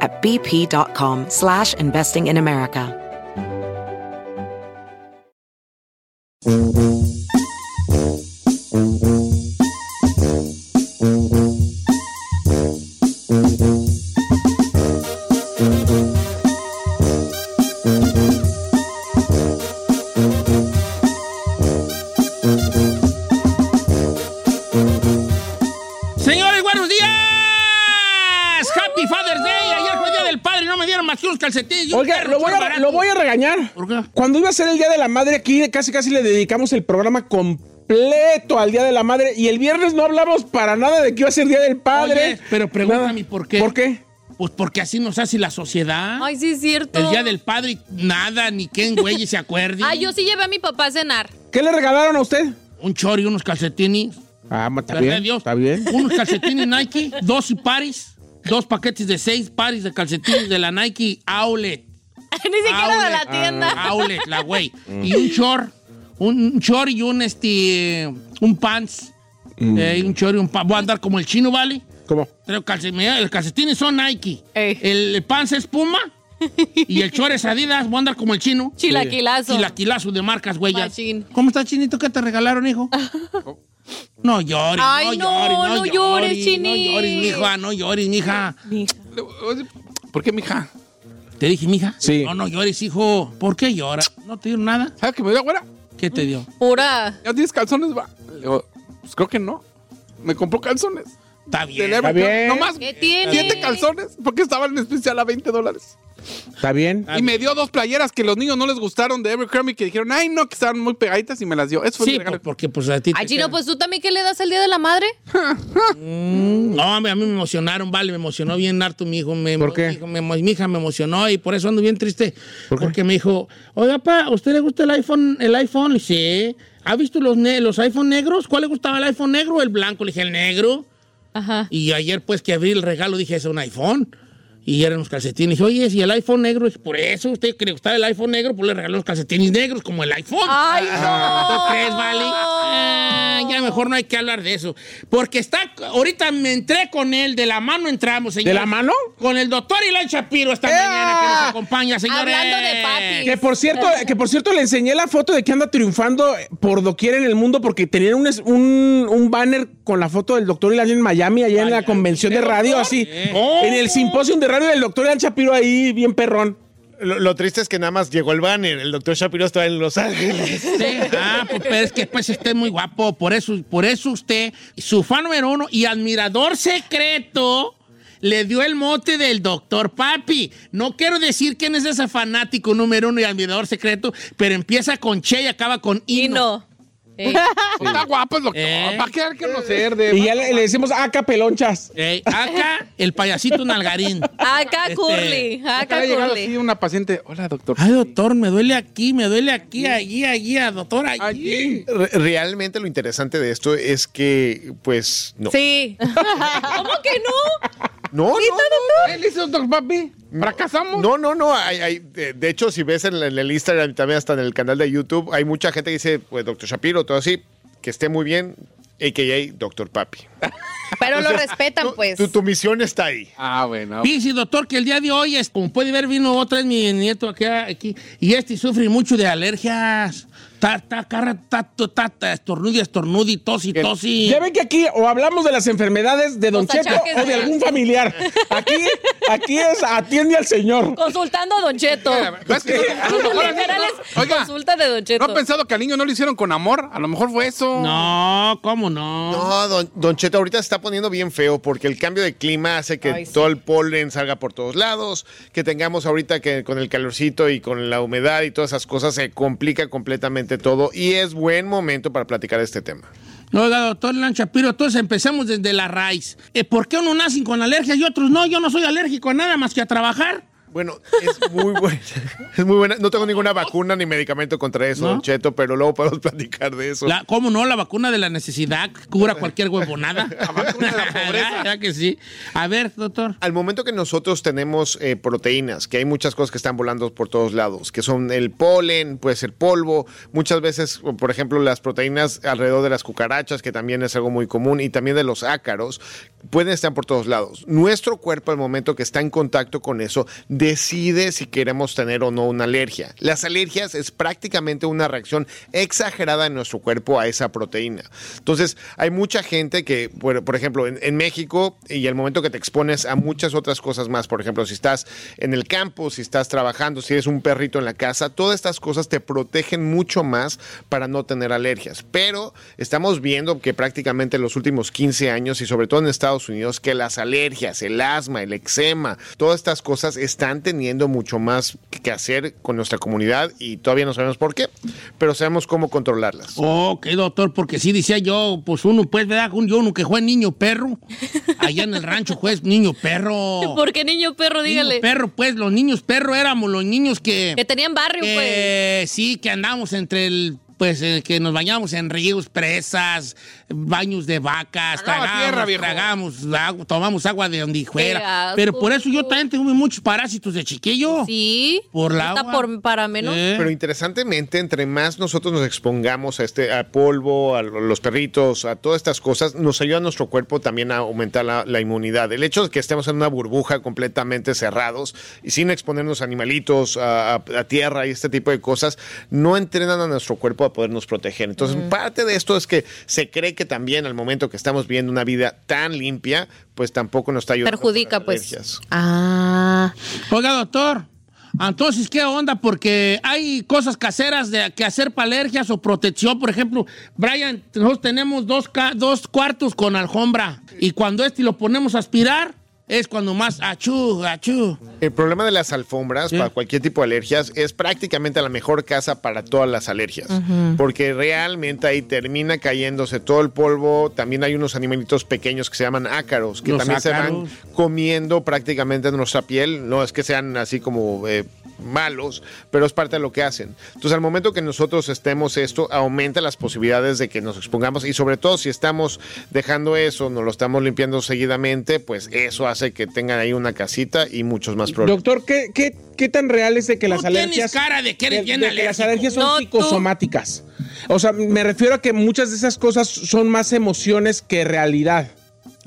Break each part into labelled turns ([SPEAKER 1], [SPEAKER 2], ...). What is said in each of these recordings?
[SPEAKER 1] at bp.com slash investing in America.
[SPEAKER 2] Señores, buenos días. Happy Father's Day. Ayer fue día del padre y no me dieron más que unos calcetines. y un
[SPEAKER 3] Oiga,
[SPEAKER 2] perro
[SPEAKER 3] lo voy, a,
[SPEAKER 2] barato.
[SPEAKER 3] lo voy a regañar.
[SPEAKER 2] ¿Por qué?
[SPEAKER 3] Cuando iba a ser el Día de la Madre aquí, casi casi le dedicamos el programa completo al Día de la Madre y el viernes no hablamos para nada de que iba a ser Día del Padre.
[SPEAKER 2] Oye, pero pregúntame
[SPEAKER 3] Nada.
[SPEAKER 2] por qué.
[SPEAKER 3] ¿Por qué?
[SPEAKER 2] Pues porque así nos hace la sociedad.
[SPEAKER 4] Ay, sí es cierto.
[SPEAKER 2] El día del padre, nada, ni quién güey se acuerde.
[SPEAKER 4] Ay, yo sí llevé a mi papá a cenar.
[SPEAKER 3] ¿Qué le regalaron a usted?
[SPEAKER 2] Un chor y unos calcetines.
[SPEAKER 3] Ah, ma- está
[SPEAKER 2] ¿Verdad,
[SPEAKER 3] bien,
[SPEAKER 2] Dios?
[SPEAKER 3] está bien.
[SPEAKER 2] Unos calcetines Nike, dos pares, dos paquetes de seis pares de calcetines de la Nike Outlet.
[SPEAKER 4] Ni
[SPEAKER 2] Ah,
[SPEAKER 4] siquiera de la
[SPEAKER 2] Outlet.
[SPEAKER 4] tienda.
[SPEAKER 2] Outlet, ah, la güey. Y un short, un short y un este, un pants. Eh, un short y un pants. Voy a andar como el chino, ¿vale?
[SPEAKER 3] ¿Cómo?
[SPEAKER 2] Pero calce- mira, los calcetines son Nike.
[SPEAKER 4] Ey.
[SPEAKER 2] El pants es Puma. y el short es Adidas. Voy a andar como el chino.
[SPEAKER 4] Chilaquilazo.
[SPEAKER 2] Chilaquilazo de marcas, güey. ya.
[SPEAKER 4] Machín.
[SPEAKER 2] ¿Cómo está, Chinito? ¿Qué te regalaron, hijo? No llores,
[SPEAKER 4] Ay,
[SPEAKER 2] no,
[SPEAKER 4] no,
[SPEAKER 2] llores, no,
[SPEAKER 4] no llores, Chini.
[SPEAKER 2] No llores, mija, no llores, mija.
[SPEAKER 5] ¿Por qué, mija?
[SPEAKER 2] ¿Te dije, mija?
[SPEAKER 3] Sí.
[SPEAKER 2] No, no llores, hijo. ¿Por qué lloras? ¿No te dieron nada?
[SPEAKER 5] ¿Sabes que me dio güera?
[SPEAKER 2] ¿Qué te dio?
[SPEAKER 4] Pura.
[SPEAKER 5] ¿Ya tienes calzones, va? Le digo, pues creo que no. Me compró calzones.
[SPEAKER 2] Está
[SPEAKER 5] De
[SPEAKER 2] bien.
[SPEAKER 5] Never
[SPEAKER 3] Está bien.
[SPEAKER 5] No más.
[SPEAKER 4] ¿Qué
[SPEAKER 2] Eh,
[SPEAKER 4] tiene?
[SPEAKER 5] Siete calzones, porque estaban en especial a 20 dólares.
[SPEAKER 3] Está bien.
[SPEAKER 2] Ah,
[SPEAKER 5] Y me dio dos playeras que los niños no les gustaron de Evercrummy, que dijeron, ay, no, que estaban muy pegaditas y me las dio. Eso fue mi
[SPEAKER 2] Sí,
[SPEAKER 5] regalo.
[SPEAKER 2] pues, porque pues a ti te
[SPEAKER 4] Ay, Chino,
[SPEAKER 2] quedan.
[SPEAKER 4] pues tú también, ¿qué le das el día de la madre?
[SPEAKER 2] Mm, No, a mí a mí me emocionaron, vale, me emocionó bien harto mi hijo. Me,
[SPEAKER 3] ¿Por qué?
[SPEAKER 2] mi hijo- me- mi hija me emocionó y por eso ando bien triste.
[SPEAKER 3] ¿Por qué?
[SPEAKER 2] Porque me dijo, oiga, pa, ¿a usted le gusta el iPhone? ¿El iPhone? Le dije, sí. ¿Ha visto los, ne- los iPhone negros? ¿Cuál le gustaba el iPhone negro o el blanco? Le dije, el negro.
[SPEAKER 4] Ajá.
[SPEAKER 2] Y ayer, pues, que abrí el regalo, dije, es un iPhone. Y eran los calcetines. Dije, oye, si el iPhone negro es por eso, usted que le gustaba el iPhone negro, pues le regaló los calcetines negros, como el iPhone.
[SPEAKER 4] Ay,
[SPEAKER 2] ¿Tú
[SPEAKER 4] no.
[SPEAKER 2] crees, Vali? Ah, ya mejor no hay que hablar de eso. Porque está, ahorita me entré con él, de la mano entramos, señor.
[SPEAKER 3] ¿De la mano?
[SPEAKER 2] Con el doctor Ilan Shapiro esta mañana que nos acompaña, señores.
[SPEAKER 4] Hablando de papis.
[SPEAKER 3] Que por cierto, que por cierto le enseñé la foto de que anda triunfando eh, por doquier en el mundo porque tenían un, es- un, un banner con la foto del doctor Ilan en Miami, allá en la convención de radio, así.
[SPEAKER 2] Oh.
[SPEAKER 3] En el simposio de radio del doctor Ilan Shapiro ahí, bien perrón.
[SPEAKER 6] Lo, lo triste es que nada más llegó el banner. El doctor Shapiro está en Los Ángeles.
[SPEAKER 2] Sí, ah, pues, pero es que pues usted es muy guapo. Por eso, por eso usted, su fan número uno y admirador secreto, le dio el mote del doctor Papi. No quiero decir quién es ese fanático número uno y admirador secreto, pero empieza con Che y acaba con
[SPEAKER 4] Y
[SPEAKER 2] Ino.
[SPEAKER 4] no. Eh,
[SPEAKER 5] Pues Está guapo el doctor.
[SPEAKER 2] Eh.
[SPEAKER 5] ¿Para qué hay que conocer de
[SPEAKER 3] Y ya le, le decimos "Ah, acá pelonchas.
[SPEAKER 2] Ey, acá, el payasito nalgarín.
[SPEAKER 4] Acá
[SPEAKER 2] Este,
[SPEAKER 4] Curly. Acá
[SPEAKER 5] Acaba de llegar así
[SPEAKER 4] Curly.
[SPEAKER 5] una paciente. Hola, doctor.
[SPEAKER 2] Ay, doctor, me duele aquí, me duele aquí, allí, allí, ah, doctor, allí.
[SPEAKER 5] Allí.
[SPEAKER 6] Re- Realmente lo interesante de esto es que, pues, no.
[SPEAKER 4] Sí. ¿Cómo que no?
[SPEAKER 6] No, no,
[SPEAKER 5] Él hizo doctor papi. Fracasamos.
[SPEAKER 6] no, no, no. Hay- hay- de de hecho, si ves en, la- en el Instagram, también hasta en el canal de YouTube, hay mucha gente que dice, pues, doctor Shapiro, todo así, que esté muy bien, a.k.a. doctor Papi.
[SPEAKER 7] Pero lo
[SPEAKER 6] Entonces,
[SPEAKER 7] respetan,
[SPEAKER 6] tu-
[SPEAKER 7] pues.
[SPEAKER 6] Tu, tu misión está ahí.
[SPEAKER 5] Ah, bueno.
[SPEAKER 2] Dice, doctor, que el día de hoy, es, como puede ver, vino otra vez mi nieto acá, aquí, y este sufre mucho de alergias. Está, está, carra, está, está, está, estornude, estornude, y tos y tos y...
[SPEAKER 3] Ya ven que aquí o hablamos de las enfermedades de Don
[SPEAKER 4] Los
[SPEAKER 3] Cheto
[SPEAKER 4] achaques
[SPEAKER 3] o de
[SPEAKER 4] de-
[SPEAKER 3] algún familiar. Aquí, aquí es atiende al señor.
[SPEAKER 4] Consultando a Don Cheto.
[SPEAKER 5] ¿Ves que no- a lo mejor al niño
[SPEAKER 4] Literal es
[SPEAKER 5] no- Oiga,
[SPEAKER 4] consulta de Don Cheto.
[SPEAKER 5] ¿no ha pensado que al niño no lo hicieron con amor? A lo mejor fue eso.
[SPEAKER 2] No, ¿cómo no?
[SPEAKER 6] No, don, don Cheto, ahorita se está poniendo bien feo porque el cambio de clima hace que
[SPEAKER 4] Ay, sí.
[SPEAKER 6] todo el polen salga por todos lados, que tengamos ahorita que con el calorcito y con la humedad y todas esas cosas se complica completamente todo y es buen momento para platicar este tema.
[SPEAKER 2] Oiga, doctor Lan Shapiro, entonces empecemos desde la raíz. Eh, ¿Por qué unos nacen con alergias y otros no? Yo no soy alérgico a nada más que a trabajar.
[SPEAKER 6] Bueno, es muy buena. es muy buena. No tengo ninguna vacuna ni medicamento contra eso,
[SPEAKER 2] ¿No?
[SPEAKER 6] Don Cheto, pero luego podemos platicar de
[SPEAKER 5] Pues
[SPEAKER 6] eso.
[SPEAKER 2] La- ¿Cómo no? La vacuna de la necesidad cura cualquier huevonada. la
[SPEAKER 5] vacuna de la pobreza.
[SPEAKER 2] ya que sí. A ver, doctor.
[SPEAKER 6] Al momento que nosotros tenemos eh, proteínas, que hay muchas cosas que están volando por todos lados, que son el polen, puede ser polvo, muchas veces, o por ejemplo, las proteínas alrededor de las cucarachas, que también es algo muy común, y también de los ácaros, pueden estar por todos lados. Nuestro cuerpo, al momento que está en contacto con eso, decide si queremos tener o no una alergia. Las alergias es prácticamente una reacción exagerada en nuestro cuerpo a esa proteína. Entonces, hay mucha gente que, por, por ejemplo, en, en México, y al momento que te expones a muchas otras cosas más, por ejemplo, si estás en el campo, si estás trabajando, si eres un perrito en la casa, todas estas cosas te protegen mucho más para no tener alergias. Pero estamos viendo que prácticamente en los últimos 15 años, y sobre todo en Estados Unidos, que las alergias, el asma, el eczema, todas estas cosas están teniendo mucho más que hacer con nuestra comunidad y todavía no sabemos por qué, pero sabemos cómo controlarlas.
[SPEAKER 2] Ok, doctor, porque sí decía yo, pues uno, pues, ¿verdad? Un, yo uno que juega niño perro. Allá en el rancho juez niño perro.
[SPEAKER 4] ¿Por qué niño perro?
[SPEAKER 2] Niño
[SPEAKER 4] Dígale.
[SPEAKER 2] perro, pues, los niños perro éramos los niños que...
[SPEAKER 4] Que tenían barrio, pues.
[SPEAKER 2] Eh, sí, que andamos entre el. Pues eh, que nos bañamos en ríos, presas, baños de vacas,
[SPEAKER 5] Tragaba
[SPEAKER 2] tragamos,
[SPEAKER 5] tierra, viejo.
[SPEAKER 2] tragamos agu- tomamos agua de donde fuera.
[SPEAKER 4] asco.
[SPEAKER 2] Pero por eso yo también tuve muchos parásitos de chiquillo.
[SPEAKER 4] Sí.
[SPEAKER 2] Por la
[SPEAKER 4] Está
[SPEAKER 2] agua.
[SPEAKER 4] por- para menos.
[SPEAKER 2] Eh.
[SPEAKER 6] Pero interesantemente, entre más nosotros nos expongamos a este a polvo, a lo- los perritos, a todas estas cosas, nos ayuda a nuestro cuerpo también a aumentar la, la inmunidad. El hecho de que estemos en una burbuja completamente cerrados y sin exponernos a animalitos, a, a- a tierra y este tipo de cosas, no entrenan a nuestro cuerpo a podernos proteger. Entonces,
[SPEAKER 4] Mm.
[SPEAKER 6] parte de esto es que se cree que también al momento que estamos viviendo una vida tan limpia, pues tampoco nos está ayudando. con
[SPEAKER 4] Perjudica,
[SPEAKER 6] las
[SPEAKER 4] pues.
[SPEAKER 6] alergias.
[SPEAKER 4] Ah.
[SPEAKER 2] Oiga, doctor, entonces, ¿qué onda? Porque hay cosas caseras de, que hacer para alergias o protección. Por ejemplo, Brian, nosotros tenemos dos, ca- dos cuartos con alfombra. Y cuando este lo ponemos a aspirar, es cuando más achú, achú.
[SPEAKER 6] El problema de las alfombras para cualquier tipo de alergias es prácticamente la mejor casa para todas las alergias, porque realmente ahí termina cayéndose todo el polvo. También hay unos animalitos pequeños que se llaman ácaros, que
[SPEAKER 2] Los
[SPEAKER 6] también
[SPEAKER 2] ácaros.
[SPEAKER 6] se van comiendo prácticamente nuestra piel. No es que sean así como eh, malos, pero es parte de lo que hacen. Entonces, al momento que nosotros estemos esto, aumenta las posibilidades de que nos expongamos y sobre todo si estamos dejando eso, nos lo estamos limpiando seguidamente, pues eso hace que tengan ahí una casita y muchos más problemas.
[SPEAKER 3] Doctor, ¿qué, qué, qué tan real es de que las
[SPEAKER 2] Tú tienes
[SPEAKER 3] alergias.
[SPEAKER 2] cara de que eres bien
[SPEAKER 3] de que las
[SPEAKER 2] alérgico.
[SPEAKER 3] alergias son
[SPEAKER 4] No, tú.
[SPEAKER 3] psicosomáticas. O sea, me refiero a que muchas de esas cosas son más emociones que realidad.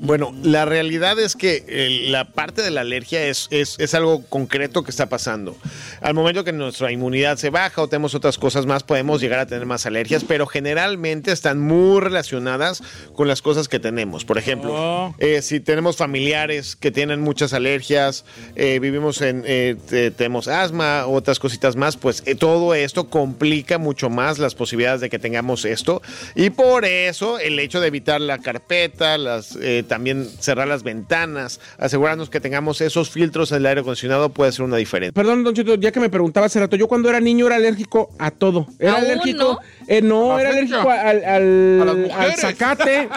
[SPEAKER 6] Bueno, la realidad es que eh, la parte de la alergia es, es, es algo concreto que está pasando. Al momento que nuestra inmunidad se baja o tenemos otras cosas más, podemos llegar a tener más alergias, pero generalmente están muy relacionadas con las cosas que tenemos. Por ejemplo, eh, si tenemos familiares que tienen muchas alergias, eh, vivimos en, eh, te- tenemos asma, otras cositas más, pues eh, todo esto complica mucho más las posibilidades de que tengamos esto. Y por eso el hecho de evitar la carpeta, las, eh, también cerrar las ventanas, asegurarnos que tengamos esos filtros en el aire acondicionado puede ser una diferencia.
[SPEAKER 3] Perdón, don Cheto, ya que me preguntaba hace rato, yo cuando era niño era alérgico a todo. Era
[SPEAKER 4] ¿Aún
[SPEAKER 3] alérgico.
[SPEAKER 4] no?
[SPEAKER 3] eh, no,
[SPEAKER 5] ¿A
[SPEAKER 3] era
[SPEAKER 5] fecha?
[SPEAKER 3] alérgico al,
[SPEAKER 5] A las
[SPEAKER 3] al, al
[SPEAKER 5] mujeres.
[SPEAKER 3] zacate.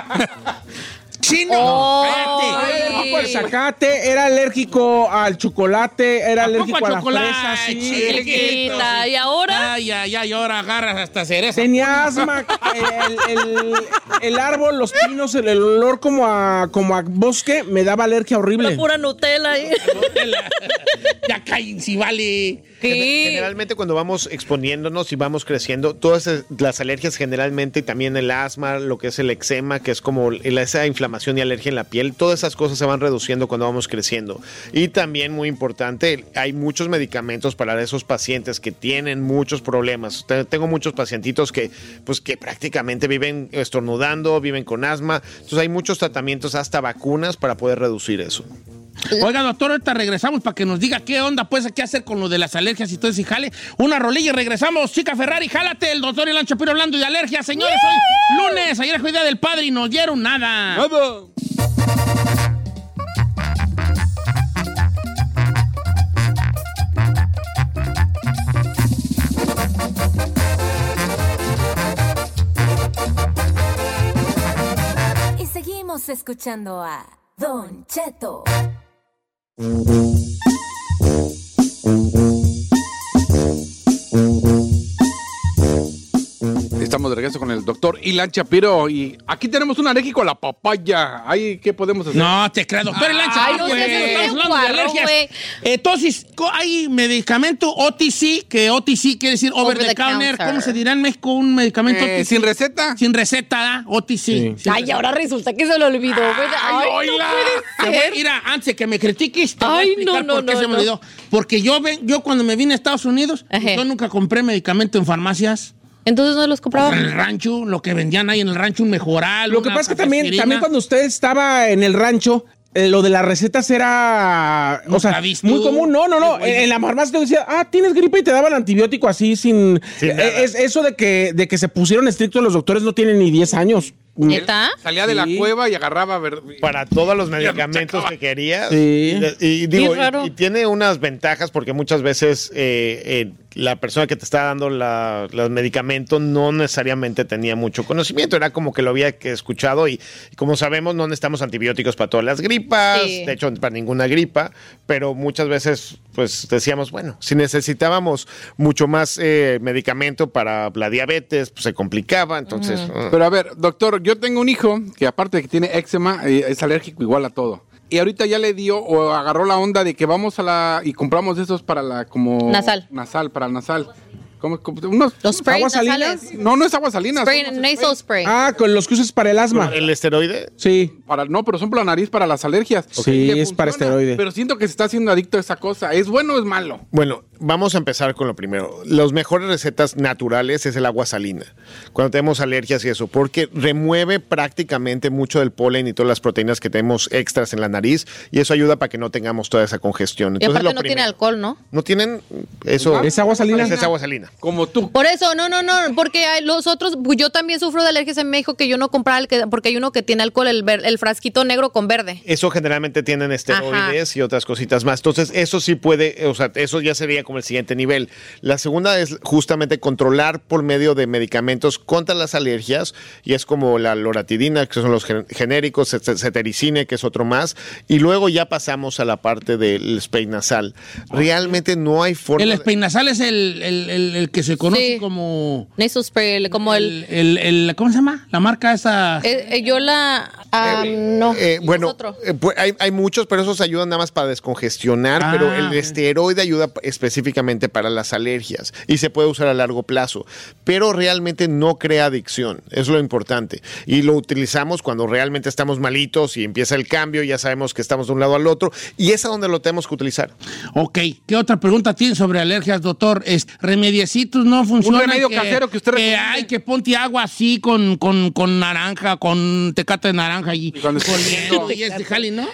[SPEAKER 2] ¡Chino!
[SPEAKER 4] Oh.
[SPEAKER 2] Cállate.
[SPEAKER 4] Ay.
[SPEAKER 3] era
[SPEAKER 5] Ah,
[SPEAKER 3] alérgico
[SPEAKER 5] pues,
[SPEAKER 3] al zacate, era alérgico al chocolate, era
[SPEAKER 2] ¿A poco
[SPEAKER 3] alérgico a,
[SPEAKER 2] a
[SPEAKER 3] la
[SPEAKER 2] chocolate,
[SPEAKER 3] fresa, sí.
[SPEAKER 2] chiquito?
[SPEAKER 4] Chiquita, ¿y ahora?
[SPEAKER 2] Ay, ay, ay, ahora agarras hasta cereza.
[SPEAKER 3] Tenía asma, el, el- el árbol, los pinos, el, el olor como a, como a bosque, me daba alergia
[SPEAKER 4] Una
[SPEAKER 3] horrible.
[SPEAKER 4] pura Nutella ahí.
[SPEAKER 2] ya caen, si vale.
[SPEAKER 4] Sí.
[SPEAKER 6] Generalmente cuando vamos exponiéndonos y vamos creciendo, todas es- las alergias generalmente y también el asma, lo que es el eczema, que es como el- esa inflamación y alergia en la piel, todas esas cosas se van reduciendo cuando vamos creciendo. Y también muy importante, hay muchos medicamentos para esos pacientes que tienen muchos muchos problemas. Te- Tengo muchos pacientitos que, pues, que prácticamente viven estornudando, viven con asma. Entonces hay muchos tratamientos, hasta vacunas, para poder reducir eso.
[SPEAKER 2] Oiga, doctor, ahorita regresamos para que nos diga qué onda, pues, qué hacer con lo de las alergias y todo ese jale. Una rolilla y regresamos. Chica Ferrari, jálate. El doctor Elan Shapiro hablando de alergias, señores. Hoy lunes, ayer fue Día del Padre y no dieron nada.
[SPEAKER 5] Nada.
[SPEAKER 7] Y seguimos escuchando a Don Cheto.
[SPEAKER 5] Estamos de regreso con el doctor Ilan Chapiro y aquí tenemos un alérgico a la papaya. Ay, ¿qué podemos hacer?
[SPEAKER 2] No, te creo, doctor Elan
[SPEAKER 4] Ay,
[SPEAKER 2] Shapiro,
[SPEAKER 4] no seas
[SPEAKER 2] güey.
[SPEAKER 4] bien
[SPEAKER 2] Estamos hablando de
[SPEAKER 4] guarro,
[SPEAKER 2] alergias.
[SPEAKER 4] güey.
[SPEAKER 2] Entonces, co- hay medicamento OTC, que OTC quiere decir over,
[SPEAKER 4] Over
[SPEAKER 2] the,
[SPEAKER 4] the
[SPEAKER 2] counter.
[SPEAKER 4] counter.
[SPEAKER 2] ¿Cómo se dirá en México un medicamento
[SPEAKER 5] Eh,
[SPEAKER 2] OTC?
[SPEAKER 5] ¿Sin receta?
[SPEAKER 2] Sin receta, ¿ah? OTC. Sin
[SPEAKER 4] Ay, ahora resulta que se lo olvidó. güey. Ay, no
[SPEAKER 5] oíla.
[SPEAKER 2] Te
[SPEAKER 4] puede
[SPEAKER 2] voy-
[SPEAKER 4] ser.
[SPEAKER 2] Mira, antes de que me critiques, te voy a
[SPEAKER 4] Ay,
[SPEAKER 2] explicar
[SPEAKER 4] no,
[SPEAKER 2] por
[SPEAKER 4] no,
[SPEAKER 2] qué
[SPEAKER 4] no,
[SPEAKER 2] se me
[SPEAKER 4] no.
[SPEAKER 2] olvidó. Porque yo, ven, yo cuando me vine a Estados Unidos,
[SPEAKER 4] Ajá.
[SPEAKER 2] yo nunca compré medicamento en farmacias.
[SPEAKER 4] Entonces no los compraba.
[SPEAKER 2] En el rancho, lo que vendían ahí en el rancho, un mejoral.
[SPEAKER 3] Lo que
[SPEAKER 2] una
[SPEAKER 3] pasa es que también,
[SPEAKER 2] pastillerina.
[SPEAKER 3] también cuando usted estaba en el rancho, eh, lo de las recetas era.
[SPEAKER 2] Nunca
[SPEAKER 3] o sea,
[SPEAKER 2] viste
[SPEAKER 3] muy
[SPEAKER 2] tú.
[SPEAKER 3] común. No, no,
[SPEAKER 2] Qué
[SPEAKER 3] no.
[SPEAKER 2] güey.
[SPEAKER 3] En, en la farmacia te decía, ah, tienes gripe y te daban antibiótico así sin.
[SPEAKER 6] Sin
[SPEAKER 3] Eh,
[SPEAKER 6] nada.
[SPEAKER 3] es, eso de que, de que se pusieron estrictos los doctores no tienen ni 10 años. Mm.
[SPEAKER 4] ¿Neta?
[SPEAKER 5] Salía de la
[SPEAKER 3] Sí.
[SPEAKER 5] cueva y agarraba ver-
[SPEAKER 6] para todos los medicamentos que querías.
[SPEAKER 3] Sí.
[SPEAKER 6] Y, y digo,
[SPEAKER 4] Qué raro.
[SPEAKER 6] y, y tiene unas ventajas porque muchas veces eh, eh, la persona que te está dando la- los medicamentos no necesariamente tenía mucho conocimiento. Era como que lo había que escuchado y, y como sabemos no necesitamos antibióticos para todas las gripas,
[SPEAKER 4] Sí.
[SPEAKER 6] de hecho para ninguna gripa, pero muchas veces pues decíamos, bueno, si necesitábamos mucho más eh, medicamento para la diabetes, pues se complicaba, entonces... ah.
[SPEAKER 5] Pero a ver, doctor, yo tengo un hijo que aparte de que tiene eczema, eh, es alérgico igual a todo. Y ahorita ya le dio o agarró la onda de que vamos a la y compramos esos para la como
[SPEAKER 4] Nasal.
[SPEAKER 5] Nasal para el nasal. ¿Cómo, cómo- unos
[SPEAKER 4] Los sprays
[SPEAKER 3] ¿Aguas
[SPEAKER 4] nasales.
[SPEAKER 3] salinas?
[SPEAKER 5] No, no es agua salina.
[SPEAKER 4] Spray,
[SPEAKER 5] son unos
[SPEAKER 4] nasal spray.
[SPEAKER 3] Ah, con los que usas para el asma.
[SPEAKER 6] ¿El esteroide?
[SPEAKER 3] Sí.
[SPEAKER 5] Para, no, pero son para la nariz, para las alergias.
[SPEAKER 3] Sí,
[SPEAKER 5] Le
[SPEAKER 3] es para
[SPEAKER 5] funciona,
[SPEAKER 3] esteroide.
[SPEAKER 5] Pero siento que se está haciendo adicto a esa cosa. ¿Es bueno o es malo?
[SPEAKER 6] Bueno, vamos a empezar con lo primero. Las mejores recetas naturales es el agua salina, cuando tenemos alergias y eso, porque remueve prácticamente mucho del polen y todas las proteínas que tenemos extras en la nariz y eso ayuda para que no tengamos toda esa congestión.
[SPEAKER 4] y
[SPEAKER 6] Entonces,
[SPEAKER 4] aparte
[SPEAKER 6] lo
[SPEAKER 4] no tiene
[SPEAKER 6] primero-
[SPEAKER 4] alcohol, ¿no?
[SPEAKER 6] No tienen eso.
[SPEAKER 3] ¿Es agua salina?
[SPEAKER 6] Es agua salina.
[SPEAKER 5] Como tú.
[SPEAKER 4] Por eso, no, no, no, porque hay los otros, pues yo también sufro de alergias en México que yo no compraba el que, porque hay uno que tiene alcohol, el, ver- el frasquito negro con verde.
[SPEAKER 6] Eso generalmente tienen esteroides y otras cositas más. Entonces, eso sí puede, o sea, eso ya sería como el siguiente nivel. La segunda es justamente controlar por medio de medicamentos contra las alergias, y es como la loratidina, que son los gen- genéricos, cet- cetericine, que es otro más, y luego ya pasamos a la parte del spray nasal. Realmente no hay forma.
[SPEAKER 2] El
[SPEAKER 6] de-
[SPEAKER 2] espeinazal es el, el- el- el que se conoce
[SPEAKER 4] Sí.
[SPEAKER 2] como...
[SPEAKER 4] Nasal spray, el- como el...
[SPEAKER 2] el- el- ¿Cómo se llama? La marca esa...
[SPEAKER 4] eh, eh, yo la... ah, no,
[SPEAKER 6] Eh,
[SPEAKER 4] es
[SPEAKER 6] bueno,
[SPEAKER 4] otro.
[SPEAKER 6] eh, pues, hay, hay muchos, pero esos ayudan nada más para descongestionar,
[SPEAKER 2] Ah,
[SPEAKER 6] pero el
[SPEAKER 2] ok.
[SPEAKER 6] esteroide ayuda p- específicamente para las alergias y se puede usar a largo plazo, pero realmente no crea adicción, es lo importante. Y lo utilizamos cuando realmente estamos malitos y empieza el cambio, ya sabemos que estamos de un lado al otro y es a donde lo tenemos que utilizar.
[SPEAKER 2] Ok, ¿qué otra pregunta tiene sobre alergias, doctor? Es, remediecitos no funcionan.
[SPEAKER 5] remedio casero que usted recomiende.
[SPEAKER 2] ay, que ponte agua así con, con, con naranja, con tecate de naranja y,
[SPEAKER 5] cuando estés
[SPEAKER 2] corriendo, y es de jali, ¿no?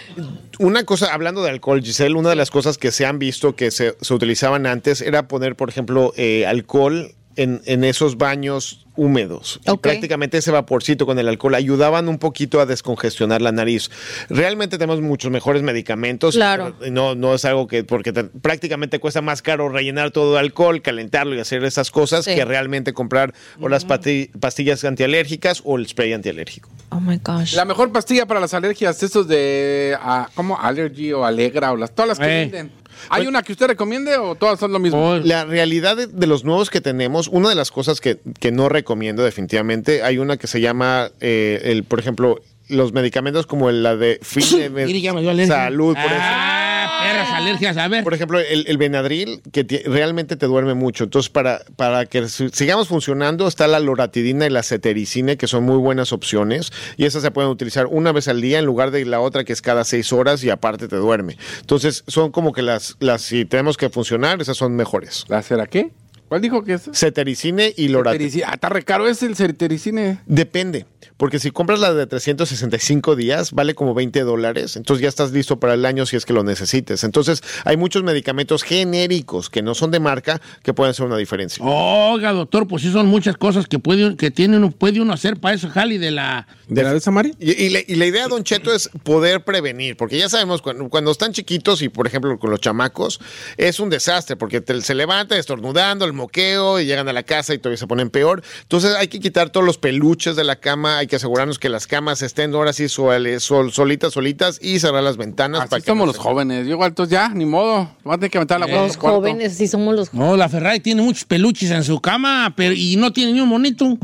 [SPEAKER 6] Una cosa, hablando de alcohol, Giselle, una de las cosas que se han visto que se, se utilizaban antes era poner, por ejemplo, eh, alcohol en, en esos baños húmedos. Y
[SPEAKER 4] Ok.
[SPEAKER 6] prácticamente ese vaporcito con el alcohol ayudaban un poquito a descongestionar la nariz. Realmente tenemos muchos mejores medicamentos.
[SPEAKER 4] Claro.
[SPEAKER 6] pero No, no es algo que, porque te- prácticamente cuesta más caro rellenar todo de alcohol, calentarlo y hacer esas cosas
[SPEAKER 4] Sí.
[SPEAKER 6] que realmente comprar o las pati- pastillas antialérgicas o el spray antialérgico.
[SPEAKER 4] Oh my gosh.
[SPEAKER 5] La mejor pastilla para las alergias, esos de. ah, ¿Cómo? Allergy o Alegra o las, todas las que
[SPEAKER 2] Eh.
[SPEAKER 5] venden. ¿Hay una que usted recomiende o todas son lo mismo?
[SPEAKER 2] Oh,
[SPEAKER 6] La realidad de, de los nuevos que tenemos, una de las cosas que, que no recomiendo definitivamente, hay una que se llama, eh, el, por ejemplo, los medicamentos como la de fin de
[SPEAKER 2] Mire, ya me dio alergia.
[SPEAKER 6] salud, por ejemplo.
[SPEAKER 2] Ah, perras alergias, a ver.
[SPEAKER 6] Por ejemplo, el, el Benadryl, que ti- realmente te duerme mucho. Entonces, para, para que si- sigamos funcionando, está la loratidina y la cetericina, que son muy buenas opciones. Y esas se pueden utilizar una vez al día en lugar de la otra, que es cada seis horas y aparte te duerme. Entonces, son como que las, las si tenemos que funcionar, esas son mejores.
[SPEAKER 5] ¿La será qué? ¿Cuál dijo que es?
[SPEAKER 6] Cetericine y Loratadine.
[SPEAKER 5] Cetericine. Ah, está recaro, es el certericine.
[SPEAKER 6] Depende, porque si compras la de 365 días, vale como 20 dólares, entonces ya estás listo para el año si es que lo necesites. Entonces, hay muchos medicamentos genéricos que no son de marca que pueden hacer una diferencia.
[SPEAKER 2] Oiga, doctor, pues sí son muchas cosas que puede, que tiene uno, puede uno hacer para eso, Jali, de la...
[SPEAKER 3] ¿De la de Samari?
[SPEAKER 6] Y, y la, y la idea, Don Cheto, es poder prevenir, porque ya sabemos, cuando, cuando están chiquitos y, por ejemplo, con los chamacos, es un desastre, porque te- se levanta estornudando, el moqueo, y llegan a la casa y todavía se ponen peor. Entonces hay que quitar todos los peluches de la cama, hay que asegurarnos que las camas estén ahora sí suele- sol- solitas, solitas, y cerrar las ventanas.
[SPEAKER 5] Así somos los jóvenes. Yo igual, entonces ya, ni modo. Vas a tener que meter la puerta.
[SPEAKER 4] Los jóvenes, sí somos los
[SPEAKER 2] No, la Ferrari tiene muchos peluches en su cama pero, y no tiene ni un monito.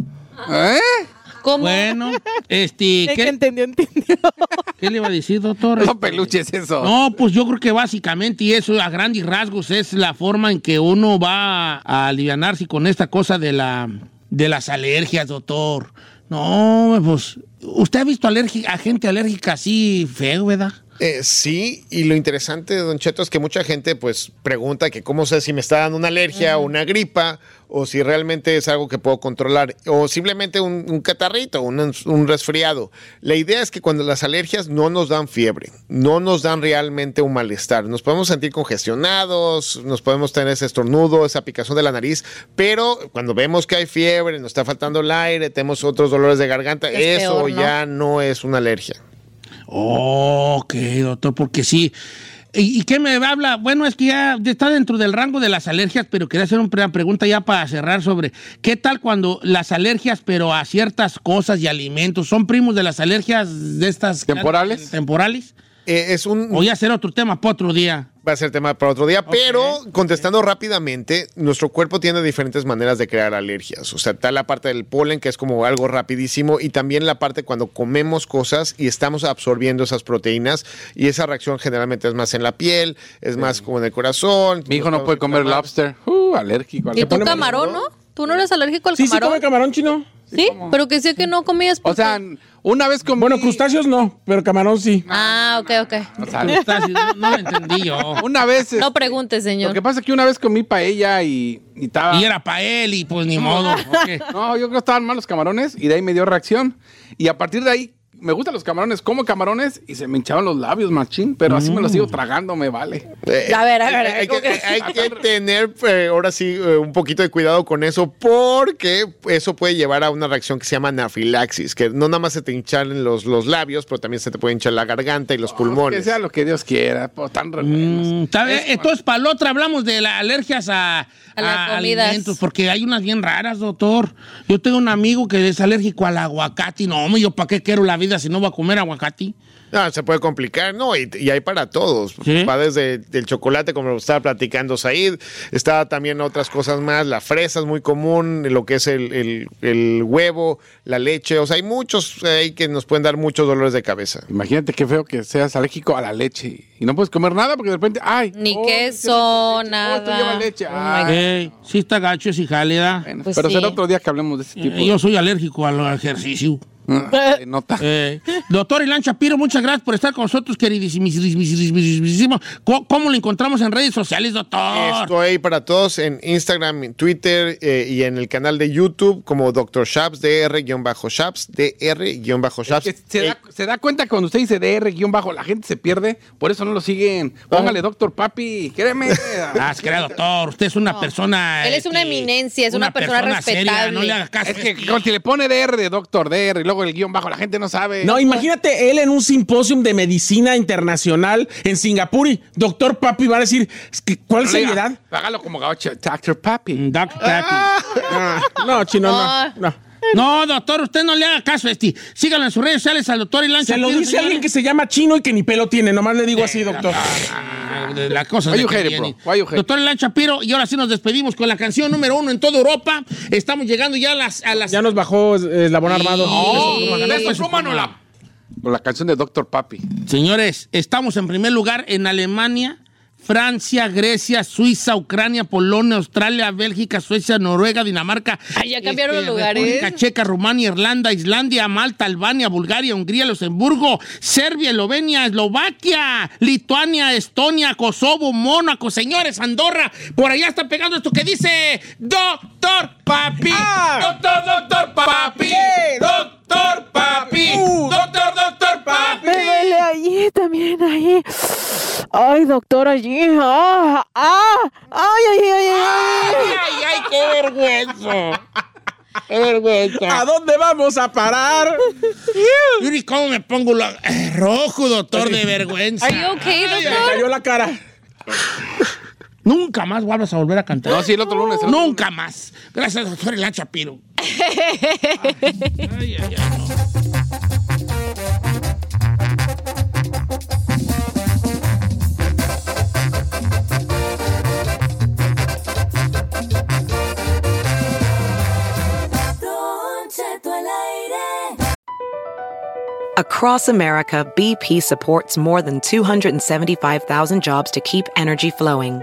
[SPEAKER 5] ¿Eh?
[SPEAKER 4] ¿Cómo?
[SPEAKER 2] Bueno, este,
[SPEAKER 8] El que
[SPEAKER 2] ¿qué,
[SPEAKER 8] entendió, entendió.
[SPEAKER 2] qué le iba a decir, doctor? Este,
[SPEAKER 5] No peluches eso.
[SPEAKER 2] No, pues yo creo que básicamente, y eso a grandes rasgos, es la forma en que uno va a alivianarse con esta cosa de, la, de las alergias, doctor. No, pues, ¿usted ha visto alergi- a gente alérgica así feo, verdad?
[SPEAKER 6] Eh, sí, y lo interesante, Don Cheto, es que mucha gente pues pregunta que cómo sé si me está dando una alergia o una gripa o si realmente es algo que puedo controlar o simplemente un, un catarrito, un, un resfriado. La idea es que cuando las alergias no nos dan fiebre, no nos dan realmente un malestar, nos podemos sentir congestionados, nos podemos tener ese estornudo, esa picazón de la nariz, pero cuando vemos que hay fiebre, nos está faltando el aire, tenemos otros dolores de garganta,
[SPEAKER 4] Es
[SPEAKER 6] eso
[SPEAKER 4] peor, ¿no?
[SPEAKER 6] ya no es una alergia.
[SPEAKER 2] Ok, doctor, porque sí. ¿Y, y qué me habla? Bueno, es que ya está dentro del rango de las alergias, pero quería hacer una pregunta ya para cerrar sobre qué tal cuando las alergias, pero a ciertas cosas y alimentos, son primos de las alergias de estas
[SPEAKER 5] ¿Temporales?
[SPEAKER 2] temporales.
[SPEAKER 6] Eh, es un
[SPEAKER 2] O ya será otro tema para otro día.
[SPEAKER 6] va a ser tema para otro día, pero contestando rápidamente, nuestro cuerpo tiene diferentes maneras de crear alergias. O sea, está la parte del polen, que es como algo rapidísimo, y también la parte cuando comemos cosas y estamos absorbiendo esas proteínas, y esa reacción generalmente es más en la piel, es más como en el corazón.
[SPEAKER 5] Mi hijo no
[SPEAKER 6] Estamos
[SPEAKER 5] puede comer
[SPEAKER 6] inflamados.
[SPEAKER 5] lobster. Uh, alérgico.
[SPEAKER 4] ¿Y
[SPEAKER 5] alérgico.
[SPEAKER 4] tú camarón, no? ¿Tú no eres alérgico al
[SPEAKER 3] Sí, sí,
[SPEAKER 4] camarón?
[SPEAKER 3] come camarón chino.
[SPEAKER 4] Sí, pero que sí que no comías.
[SPEAKER 5] O sea, una vez comí...
[SPEAKER 3] Bueno, crustáceos no, pero camarón sí.
[SPEAKER 4] Ah, ok, ok.
[SPEAKER 5] O sea,
[SPEAKER 2] Crustáceos, no, no lo entendí yo.
[SPEAKER 5] una vez...
[SPEAKER 4] No preguntes,
[SPEAKER 5] Lo que
[SPEAKER 4] señor.
[SPEAKER 5] pasa es que una vez comí paella y, y estaba...
[SPEAKER 2] Y era para él y pues ni modo. ok.
[SPEAKER 5] No, yo creo que estaban mal los camarones y de ahí me dio reacción. Y a partir de ahí, me gustan los camarones, como camarones y se me hinchaban los labios, machín, pero así me los
[SPEAKER 2] Mm.
[SPEAKER 5] sigo tragando, me vale.
[SPEAKER 6] Eh,
[SPEAKER 4] A ver, a ver, a
[SPEAKER 6] hay,
[SPEAKER 4] ver,
[SPEAKER 6] hay
[SPEAKER 4] ¿cómo
[SPEAKER 6] que, hay que tener eh, ahora sí eh, un poquito de cuidado con eso porque eso puede llevar a una reacción que se llama anafilaxis, que no nada más se te hinchan los, los labios, pero también se te puede hinchar la garganta y los
[SPEAKER 5] Ah, Que
[SPEAKER 6] pulmones.
[SPEAKER 5] sea lo que Dios quiera, pues, tan re buenos.
[SPEAKER 2] Mm, está bien. Entonces, para la otra hablamos de las alergias a,
[SPEAKER 4] A las comidas.
[SPEAKER 2] alimentos, porque hay unas bien raras, doctor. Yo tengo un amigo que es alérgico al aguacate. y No, hombre, yo para qué quiero la vida si no voy a comer aguacate.
[SPEAKER 6] No, Ah, se puede complicar, ¿no? Y, y hay para todos.
[SPEAKER 2] ¿Sí?
[SPEAKER 6] Va desde el chocolate, como lo estaba platicando Said. Está también otras cosas más. La fresa es muy común, lo que es el, el- el huevo, la leche. O sea, hay muchos ahí que nos pueden dar muchos dolores de cabeza.
[SPEAKER 5] Imagínate qué feo que seas alérgico a la leche y no puedes comer nada porque de repente, ay,
[SPEAKER 4] Ni
[SPEAKER 5] oh,
[SPEAKER 4] queso,
[SPEAKER 5] oh, esto lleva
[SPEAKER 4] nada.
[SPEAKER 5] leche.
[SPEAKER 4] Oh
[SPEAKER 5] ay.
[SPEAKER 2] Ey, sí está gacho, es hijálida.
[SPEAKER 5] Bueno,
[SPEAKER 4] Pues
[SPEAKER 5] pero
[SPEAKER 4] sí.
[SPEAKER 5] será otro día que hablemos de ese tipo.
[SPEAKER 2] Eh,
[SPEAKER 4] pues.
[SPEAKER 2] Yo soy alérgico al ejercicio.
[SPEAKER 5] Ah, se nota.
[SPEAKER 2] Eh, doctor Ilan Shapiro, muchas gracias por estar con nosotros, queridísimo. ¿Cómo, cómo lo encontramos en redes sociales, doctor?
[SPEAKER 6] Estoy para todos en Instagram, en Twitter eh, y en el canal de YouTube como Dr. Shaps, DR-Shaps, DR-Shaps.
[SPEAKER 5] Que se,
[SPEAKER 6] eh,
[SPEAKER 5] da,
[SPEAKER 2] eh.
[SPEAKER 5] se da cuenta que cuando usted dice DR guión bajo, la gente se pierde, por eso no lo siguen. Póngale, doctor papi, créeme.
[SPEAKER 2] Ah, es que era doctor, usted es una persona. este,
[SPEAKER 4] Él es una eminencia, es una persona respetable.
[SPEAKER 2] no le haga caso. este
[SPEAKER 5] Es que con- si le pone DR de doctor, DR y luego el guión bajo, la gente no sabe.
[SPEAKER 3] No, imagínate él en un simposio de medicina internacional en Singapur y doctor papi va a decir, "Es que, ¿cuál
[SPEAKER 5] No le diga,
[SPEAKER 3] seriedad? Mm.
[SPEAKER 5] Hágalo como gaucho, doctor papi.
[SPEAKER 2] Doc Papi.
[SPEAKER 3] Ah, no, chino, no. no.
[SPEAKER 2] No, doctor, usted no le haga caso, este. Síganlo en sus redes sociales al doctor Ilan
[SPEAKER 3] Se lo
[SPEAKER 2] Shapiro,
[SPEAKER 3] dice alguien que
[SPEAKER 2] señores.
[SPEAKER 3] se llama chino y que ni pelo tiene, nomás le digo así, doctor.
[SPEAKER 2] Ah, de La cosa
[SPEAKER 5] Why you hate it, bro? Why you hate it?
[SPEAKER 2] Doctor Ilan Shapiro, y ahora sí nos despedimos con la canción número uno en toda Europa. Estamos llegando ya a las. A las
[SPEAKER 3] Ya nos bajó eh, eslabón armado.
[SPEAKER 2] Besos, Romano, la-
[SPEAKER 5] La canción de doctor papi.
[SPEAKER 2] Señores, estamos en primer lugar en Alemania, Francia, Grecia, Suiza, Ucrania, Polonia, Australia, Bélgica, Suecia, Noruega, Dinamarca. este,
[SPEAKER 4] Ay, ya cambiaron los lugares.
[SPEAKER 2] República Checa, Rumania, Irlanda, Islandia, Malta, Albania, Bulgaria, Hungría, Luxemburgo, Serbia, Eslovenia, Eslovaquia, Lituania, Estonia, Kosovo, Mónaco, señores, Andorra. Por allá está pegando esto que dice Doctor Papi. Doctor, Doctor Papi. Doctor Papi. Doctor, Doctor Papi.
[SPEAKER 8] Me duele allí, también ahí. Ay, doctor, allí. Ah, ah, ay, ay, ay, ay. ay.
[SPEAKER 2] ¡Ay, ay, qué vergüenza! ¡Qué vergüenza!
[SPEAKER 3] ¿A dónde vamos a parar?
[SPEAKER 2] Yuri, ¿cómo me pongo la- eh, rojo, doctor, de vergüenza?
[SPEAKER 4] Are you okay,
[SPEAKER 3] Se me
[SPEAKER 4] doctor?
[SPEAKER 3] cayó la cara.
[SPEAKER 2] Nunca más vuelvas a volver a cantar.
[SPEAKER 5] No, sí, el otro lunes. el otro
[SPEAKER 2] Nunca más. Gracias, doctor El Chapiro. Ay, ay, ay, no.
[SPEAKER 7] Don Cheto al aire.
[SPEAKER 1] Across America, BP supports more than 275,000 jobs to keep energy flowing.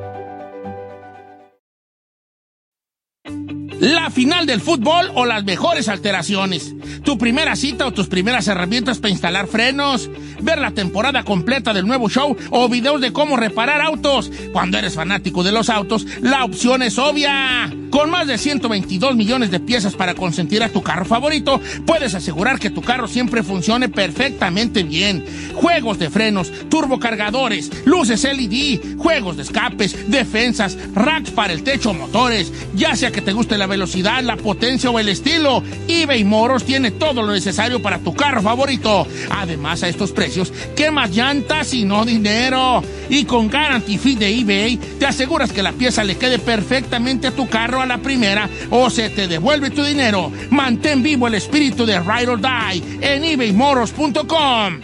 [SPEAKER 2] La final del fútbol o las mejores alteraciones. Tu primera cita o tus primeras herramientas para instalar frenos. Ver la temporada completa del nuevo show o videos de cómo reparar autos. Cuando eres fanático de los autos, la opción es obvia. Con más de 122 millones de piezas para consentir a tu carro favorito, puedes asegurar que tu carro siempre funcione perfectamente bien. Juegos de frenos, turbocargadores, luces LED, juegos de escapes, defensas, racks para el techo, motores. Ya sea que te guste la velocidad, la potencia o el estilo, eBay Moros tiene todo lo necesario para tu carro favorito. Además, a estos precios, ¿qué más llantas y no dinero? Y con Guarantee Fee de eBay, te aseguras que la pieza le quede perfectamente a tu carro a la primera o se te devuelve tu dinero. Mantén vivo el espíritu de Ride or Die en eBayMoros.com.